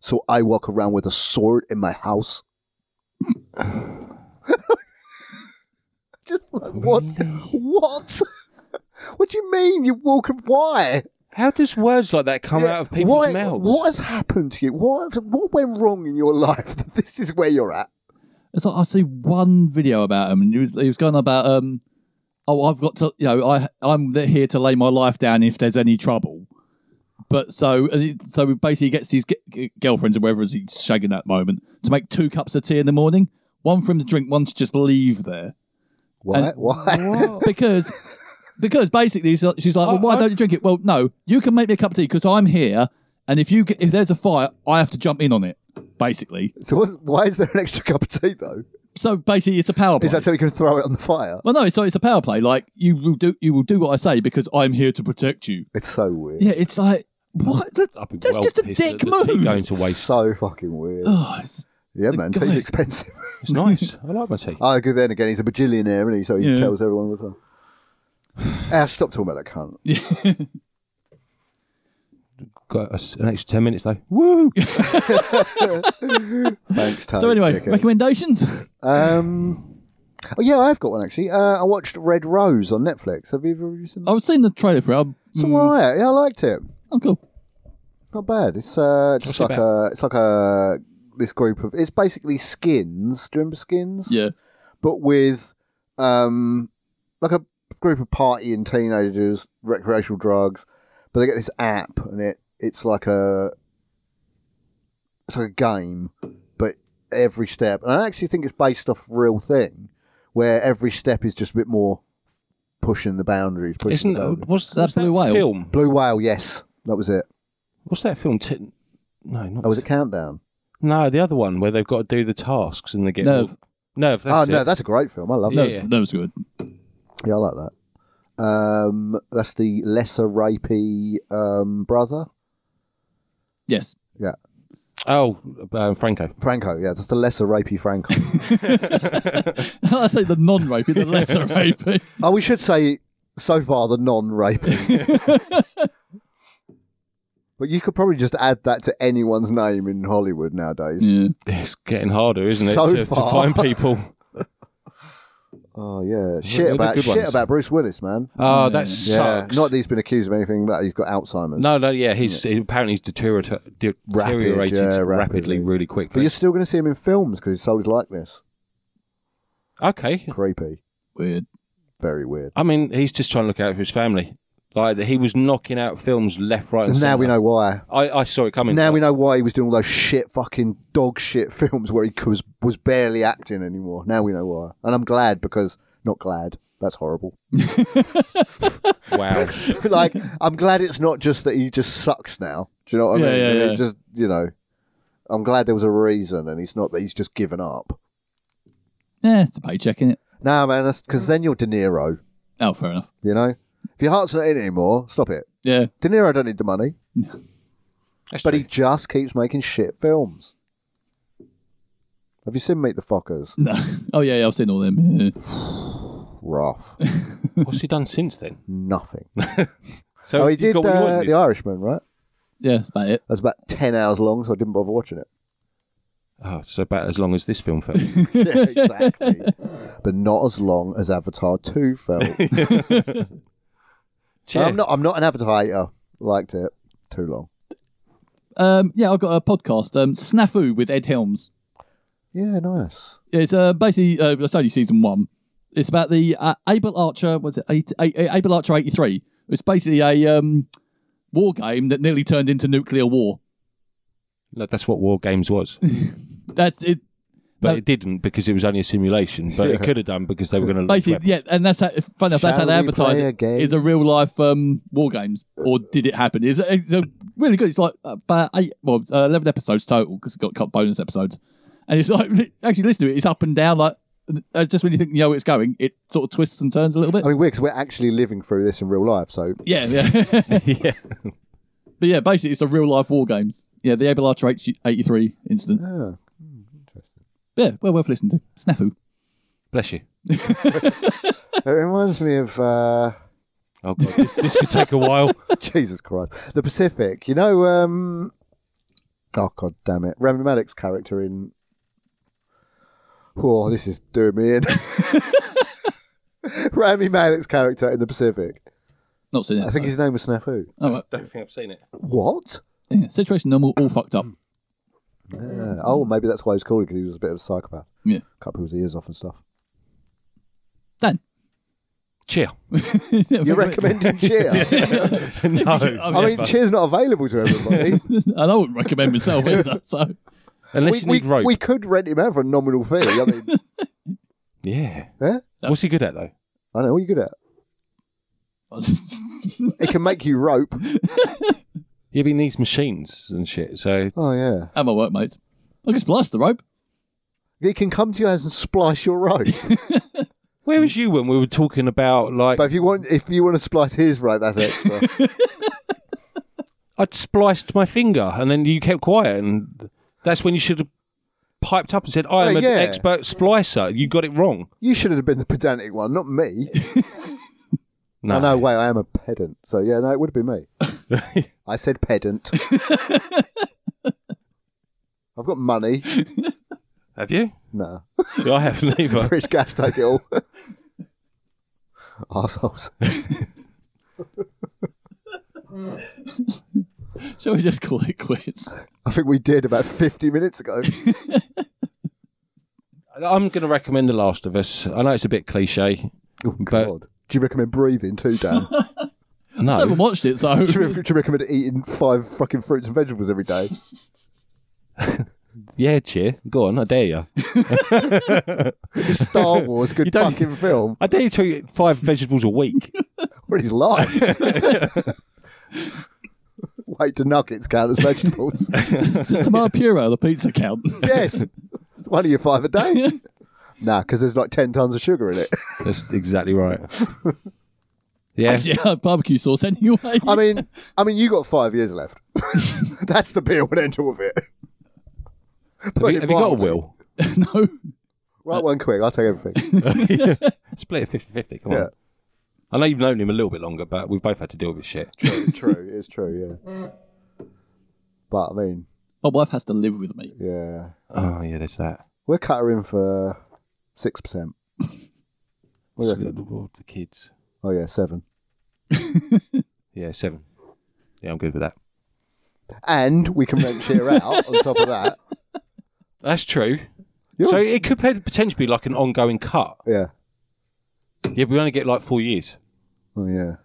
S2: So I walk around with a sword in my house. Just like, what? What? what do you mean you walk? Why?
S3: How does words like that come
S2: Yeah,
S3: out of people's
S2: what,
S3: mouths?
S2: What has happened to you? What what went wrong in your life that this is where you're at?
S4: It's like I see one video about him, and he was he was going about um, oh I've got to you know I I'm here to lay my life down if there's any trouble, but so and he- so he basically gets his g- g- girlfriends or wherever he's shagging that moment to make two cups of tea in the morning, one for him to drink, one to just leave there
S2: Why?
S4: And-
S2: why?
S4: because. Because basically, he's like- she's like, "Well, why
S3: Oh. I-
S4: don't you drink it?" Well, no, you can make me a cup of tea because I'm here, and if you get, if there's a fire, I have to jump in on it. Basically,
S2: So what's, why is there an extra cup of tea though?
S4: so basically, it's a power.
S2: Is
S4: play.
S2: that so we can throw it on the fire?
S4: Well, no, so it's a power play. Like you will do, you will do what I say because I'm here to protect you.
S2: It's so weird.
S4: Yeah, it's like what? That-
S3: I'd be
S4: that's
S3: well
S4: just a
S3: pissed at
S4: dick
S3: the tea
S4: move.
S3: Going to
S2: It's
S3: waste.
S2: so fucking weird.
S4: oh, it's-
S2: yeah,
S4: the
S2: man, tea's
S4: guys-
S2: expensive.
S3: It's nice. I like my tea.
S2: I go then again. He's a bajillionaire, isn't he? So he
S4: Yeah.
S2: tells everyone all the time. Ah, stop talking about that cunt.
S3: Got us an extra ten minutes though. Woo!
S2: Thanks, Tate.
S4: so anyway,
S2: dickhead.
S4: recommendations.
S2: um, oh yeah, I've got one actually. Uh, I watched Red Rose on Netflix. Have you ever seen? that?
S4: I've seen the trailer for it. I'm,
S2: It's alright. Yeah, I liked it.
S4: I'm cool.
S2: Not bad. It's uh, just
S3: What's it
S2: like a, it's like a this group of it's basically skins. Do you remember skins?
S4: Yeah,
S2: But with um, like a group of partying teenagers, recreational drugs, but they get this app and it it's like a it's like a game, but every step. And I actually think it's based off real thing, where every step is just a bit more pushing the boundaries. Pushing
S3: Isn't
S2: the boundaries.
S3: what's
S4: That
S3: what's
S4: blue whale?
S3: film?
S2: Blue Whale? Yes, that was it.
S3: What's that film? T- no, not
S2: Oh, was it Countdown?
S3: no, the other one where they've got to do the tasks and they get
S4: Nerve.
S3: all- nerve. That's
S2: oh no,
S3: it.
S2: that's a great film. I love
S3: Yeah,
S2: that.
S3: yeah.
S4: that was good.
S2: Yeah, I like that. Um, that's the lesser rapey um, brother,
S4: Yes,
S3: Oh, uh, Franco.
S2: Franco. Yeah, that's the lesser rapey Franco.
S4: I say the non-rapey, the lesser rapey.
S2: oh, we should say so far the non-rapey. but you could probably just add that to anyone's name in Hollywood nowadays.
S3: Mm.
S4: Yeah,
S3: It's getting harder, isn't it?
S2: So
S3: to, to
S2: far.
S3: find people.
S2: Oh yeah,
S3: they're
S2: shit
S3: the
S2: about
S3: good
S2: shit
S3: ones.
S2: about Bruce Willis, man.
S3: Oh, that
S2: Yeah,
S3: sucks.
S2: not that he's been accused of anything, but he's got Alzheimer's.
S3: no, no, yeah, he's he, apparently he's deteriorate- de-
S2: Rapid,
S3: deteriorated
S2: yeah,
S3: rapidly,
S2: rapidly.
S3: really quickly.
S2: but you're still going to see him in films because he's sold his likeness.
S3: okay,
S2: Creepy,
S4: weird.
S2: very weird.
S3: I mean, he's just trying to look out for his family. Like he was knocking out films left, right, and
S2: And now we
S3: centre.
S2: know why.
S3: I, I saw it coming.
S2: Now we know why he was doing all those shit fucking dog shit films where he was was barely acting anymore. Now we know why. And I'm glad because not glad. That's horrible.
S3: Wow.
S2: like I'm glad it's not just that he just sucks now. Do you know what I
S4: Yeah,
S2: mean?
S4: yeah,
S2: It
S4: yeah.
S2: Just you know, I'm glad there was a reason, and it's not that he's just given up.
S4: Yeah, it's a paycheck, is it?
S2: Nah, man, that's because then you're De Niro.
S4: Oh, fair enough.
S2: You know, if your heart's not in it anymore, stop it.
S4: Yeah.
S2: De Niro don't need the money,
S3: That's
S2: but he
S3: true.
S2: just keeps making shit films. Have you seen Meet the Fuckers?
S4: No. Oh, yeah, yeah I've seen all them. Yeah.
S2: Rough.
S3: what's he done since then?
S2: Nothing.
S3: So
S2: oh, he
S3: you
S2: did
S3: got what you
S2: uh,
S3: wanted.
S2: The Irishman, right?
S4: Yeah, that's about it.
S2: That's about 10 hours long, so I didn't bother watching it.
S3: Oh, so about as long as this film felt.
S2: yeah, exactly. but not as long as Avatar 2 felt.
S3: Yeah.
S2: I'm, not, I'm not an Avatar hater. Liked it. Too long.
S4: Um, yeah, I've got a podcast, um, Snafu with Ed Helms.
S2: Yeah, nice.
S4: It's uh, basically uh, it's only season one. It's about the uh, Abel Archer. Was it eight, eight, eight- Abel Archer eighty three? It's basically a um, war game that nearly turned into nuclear war.
S3: No, that's what War Games was,
S4: That's it.
S3: but
S4: No.
S3: it didn't because it was only a simulation. But it could have done because they were going to
S4: Basically, yeah, and that's how, funny enough. that's how
S2: Shall
S4: they
S2: we
S4: advertise
S2: play a
S4: it.
S2: game?
S4: It's a real life um, war games, or did it happen? It's, it's a really good. It's like uh, about eight, well, it's, uh, eleven episodes total because it's got a couple bonus episodes, and it's like li- actually listen to it. It's up and down like. uh, Just when you think you know where it's going, it sort of twists and turns a little bit.
S2: I mean, we're, cause we're actually living through this in real life, so
S4: Yeah, yeah.
S3: yeah.
S4: But yeah, basically, it's a real life war games. Yeah, the Abel Archer 80 83 incident.
S2: yeah.
S4: Yeah, well worth listening to. Snafu.
S3: Bless you.
S2: it reminds me of uh,
S3: Oh god, this, this could take a while.
S2: Jesus Christ, the Pacific. You know, um, oh god damn it, Rami Malek's character in. Oh, this is doing me in. Rami Malek's character in the Pacific.
S4: Not seen it.
S2: I think his name was Snafu.
S4: All right.
S3: Don't think I've seen it.
S2: What?
S4: Yeah, situation normal, all fucked up.
S2: Yeah. Oh, maybe that's why he was called because he was a bit of a psychopath.
S4: Yeah.
S2: Cut people's ears off and stuff.
S4: Dan.
S3: Cheer.
S2: You're recommending Cheer.
S3: no,
S2: I mean, Cheer's not available to everybody.
S4: and I wouldn't recommend myself either. So,
S3: unless
S2: we,
S3: you
S2: we,
S3: need rope.
S2: we could rent him out for a nominal fee. I mean,
S3: Yeah.
S2: yeah?
S3: What's he good at
S2: I
S3: though?
S2: don't know. What are you good at? It can make you rope.
S3: Yeah, but he needs machines and shit. So
S2: Oh yeah.
S4: and my workmates. I can splice the rope.
S2: It can come to your house and splice your rope.
S3: where
S2: Hmm.
S3: was you when we were talking about like
S2: but if you want, if you want to splice his rope, that's extra.
S3: I'd spliced my finger and then you kept quiet and that's when you should have piped up and said, I am
S2: Oh,
S3: an
S2: yeah.
S3: expert splicer. You got it wrong.
S2: you should have been the pedantic one, not me.
S3: No.
S2: Oh no, wait, I am a pedant. So yeah, no, it would have been me. I said pedant. I've got money.
S3: Have you?
S2: No,
S3: I haven't either.
S2: British gas take it all. Arseholes.
S4: Shall we just call it quits?
S2: I think we did about 50 minutes ago.
S3: I'm going to recommend The Last of Us. I know it's a bit cliche.
S2: Oh,
S3: But-
S2: God. Do you recommend breathing too, Dan?
S4: I haven't
S3: No.
S4: watched it, so
S2: do, you, rec- do you recommend eating five fucking fruits and vegetables every day?
S3: Yeah, cheer. Go on. I dare you.
S2: It's Star Wars,
S3: You
S2: good
S3: don't-
S2: fucking film.
S3: I dare you to eat five vegetables a week.
S2: What is life? Wait, do nuggets count as vegetables?
S4: to my Puro, the pizza count.
S2: yes. It's one of your five a day. Nah, because there's like 10 tons of sugar in it.
S3: That's exactly right. Yeah.
S4: yeah, barbecue sauce anyway.
S2: I mean, I mean, you got five years left. That's the be all and end all of it.
S3: Have you, have you got a will?
S4: no.
S2: Right one quick, I'll take everything.
S3: Split it 50 50. Come
S2: Yeah.
S3: on. I know you've known him a little bit longer, but we've both had to deal with shit.
S2: true, it's true, yeah. But I mean,
S4: My wife has to live with me.
S2: yeah.
S3: Oh, yeah, there's that.
S2: We're catering for six percent.
S3: So, the kids.
S2: Oh yeah, seven.
S3: Yeah, seven. Yeah, I'm good with that.
S2: And we can rent cheer out on top of that.
S3: That's true.
S2: Yeah.
S3: So it could pot- potentially be like an ongoing cut.
S2: Yeah.
S3: Yeah, but we only get like four years.
S2: Oh yeah.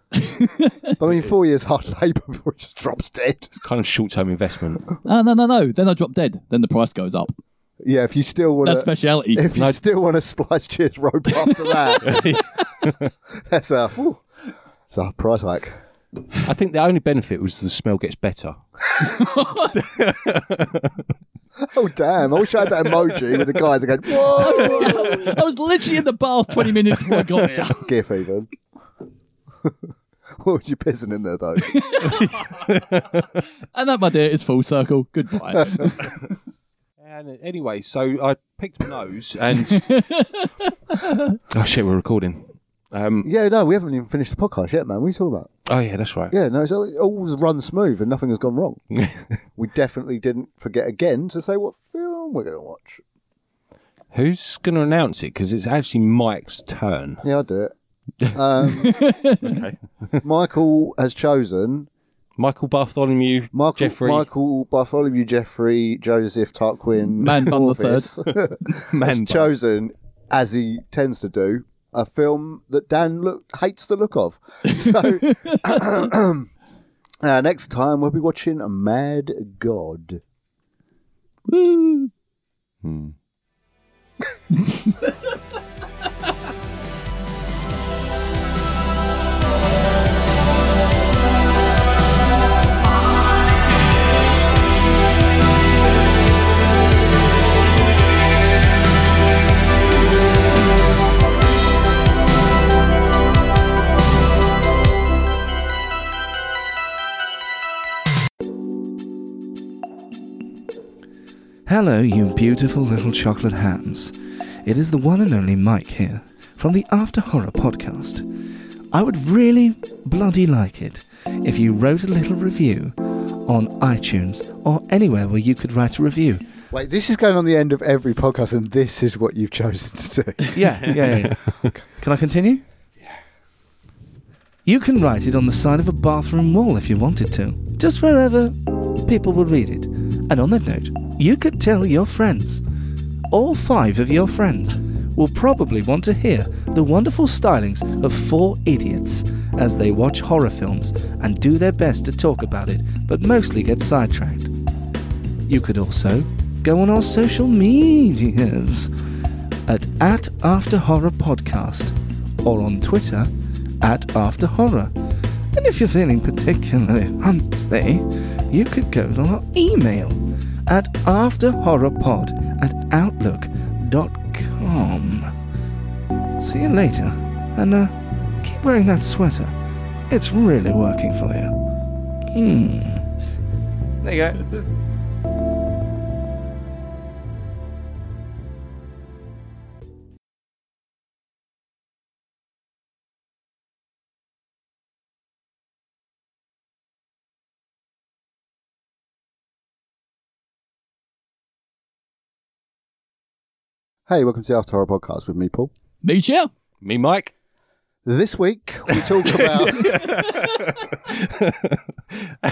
S2: But I mean, four years hard labour before it just drops dead.
S3: It's kind of short term investment.
S4: Oh, no, no, no. Then I drop dead. Then the price goes up.
S2: Yeah, if you still want
S4: That's
S2: to,
S4: speciality.
S2: uh, if you still want to splice cheers rope after that, that's a, whew, that's a price hike.
S3: I think the only benefit was the smell gets better.
S2: Oh damn! I wish I had that emoji with the guys that go whoa
S4: I was literally in the bath 20 minutes before I got here.
S2: gif even. what was you pissing in there though?
S4: And that, my dear, is full circle. Goodbye.
S3: And anyway, so I picked my nose and oh shit, we're recording. Um,
S2: yeah, no, we haven't even finished the podcast yet, man. What are you talking about?
S3: oh yeah, that's right.
S2: Yeah, no, so it all's run smooth and nothing has gone wrong. we definitely didn't forget again to say what film we're going to watch.
S3: Who's going to announce it? Because it's actually Mike's turn.
S2: Yeah, I'll do it. Um, Michael has chosen
S3: Michael Bartholomew,
S2: Michael,
S3: Jeffrey,
S2: Michael Bartholomew Jeffrey Joseph Tarquin
S4: Man bun the third.
S2: Orpheus has chosen, as he tends to do, a film that Dan look, hates the look of. So uh, next time we'll be watching Mad God.
S4: Woo.
S1: Hello, you beautiful little chocolate hams. It is the one and only Mike here from the After Horror podcast. I would really bloody like it if you wrote a little review on iTunes or anywhere where you could write a review.
S2: Wait, this is going on the end of every podcast, and this is what you've chosen to do.
S1: Yeah, yeah, yeah. yeah. can I continue? Yeah. You can write it on the side of a bathroom wall if you wanted to, just wherever people will read it. And on that note, you could tell your friends. All five of your friends will probably want to hear the wonderful stylings of four idiots as they watch horror films and do their best to talk about it, but mostly get sidetracked. You could also go on our social medias at, at After Horror Podcast or on Twitter at After Horror. And if you're feeling particularly hunty, you could go to our email at afterhorrorpod at outlook.com. See you later, and uh, keep wearing that sweater. It's really working for you. Mm. There you go.
S2: Hey, welcome to the After Horror Podcast with me, Paul.
S4: Me cheer.
S3: me, Mike.
S2: This week we talk about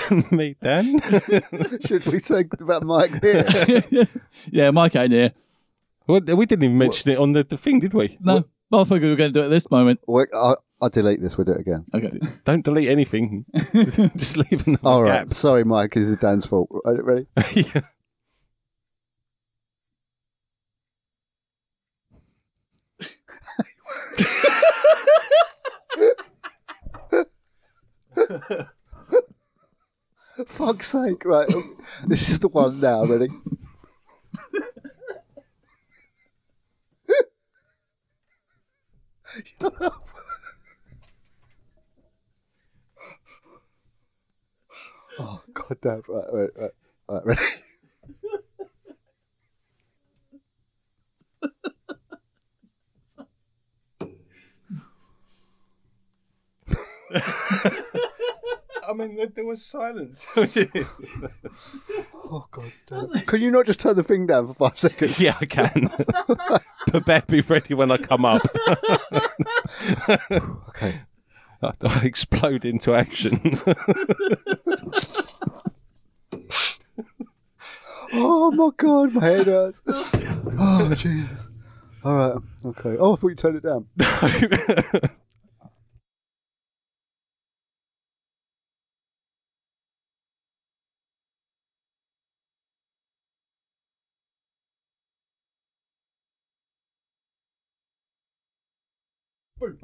S3: and me, Dan.
S2: should we talk about Mike here?
S4: Yeah, Mike ain't here.
S3: well, we didn't even mention it on the, the thing, did we?
S4: No. Well, I figured we were going to do it at this moment.
S2: Wait, I, I'll delete this. We'll do it again.
S4: Okay.
S3: Don't delete anything. Just leave another
S2: All right.
S3: gap.
S2: Sorry, Mike. This is Dan's fault. Right, Ready?
S3: Yeah.
S2: Fuck's sake. Right. this is the one now. Ready? oh, God damn. Right, right, right. Right, ready?
S3: I mean, there, there was silence.
S2: Oh, God damn. Can you not just turn the thing down for five seconds?
S3: yeah, I can. but better be ready when I come up.
S2: Okay.
S3: I, I explode into action.
S2: Oh my god, my head hurts. Oh Jesus. All right. Okay. Oh, I thought you turned it down.
S4: Boom.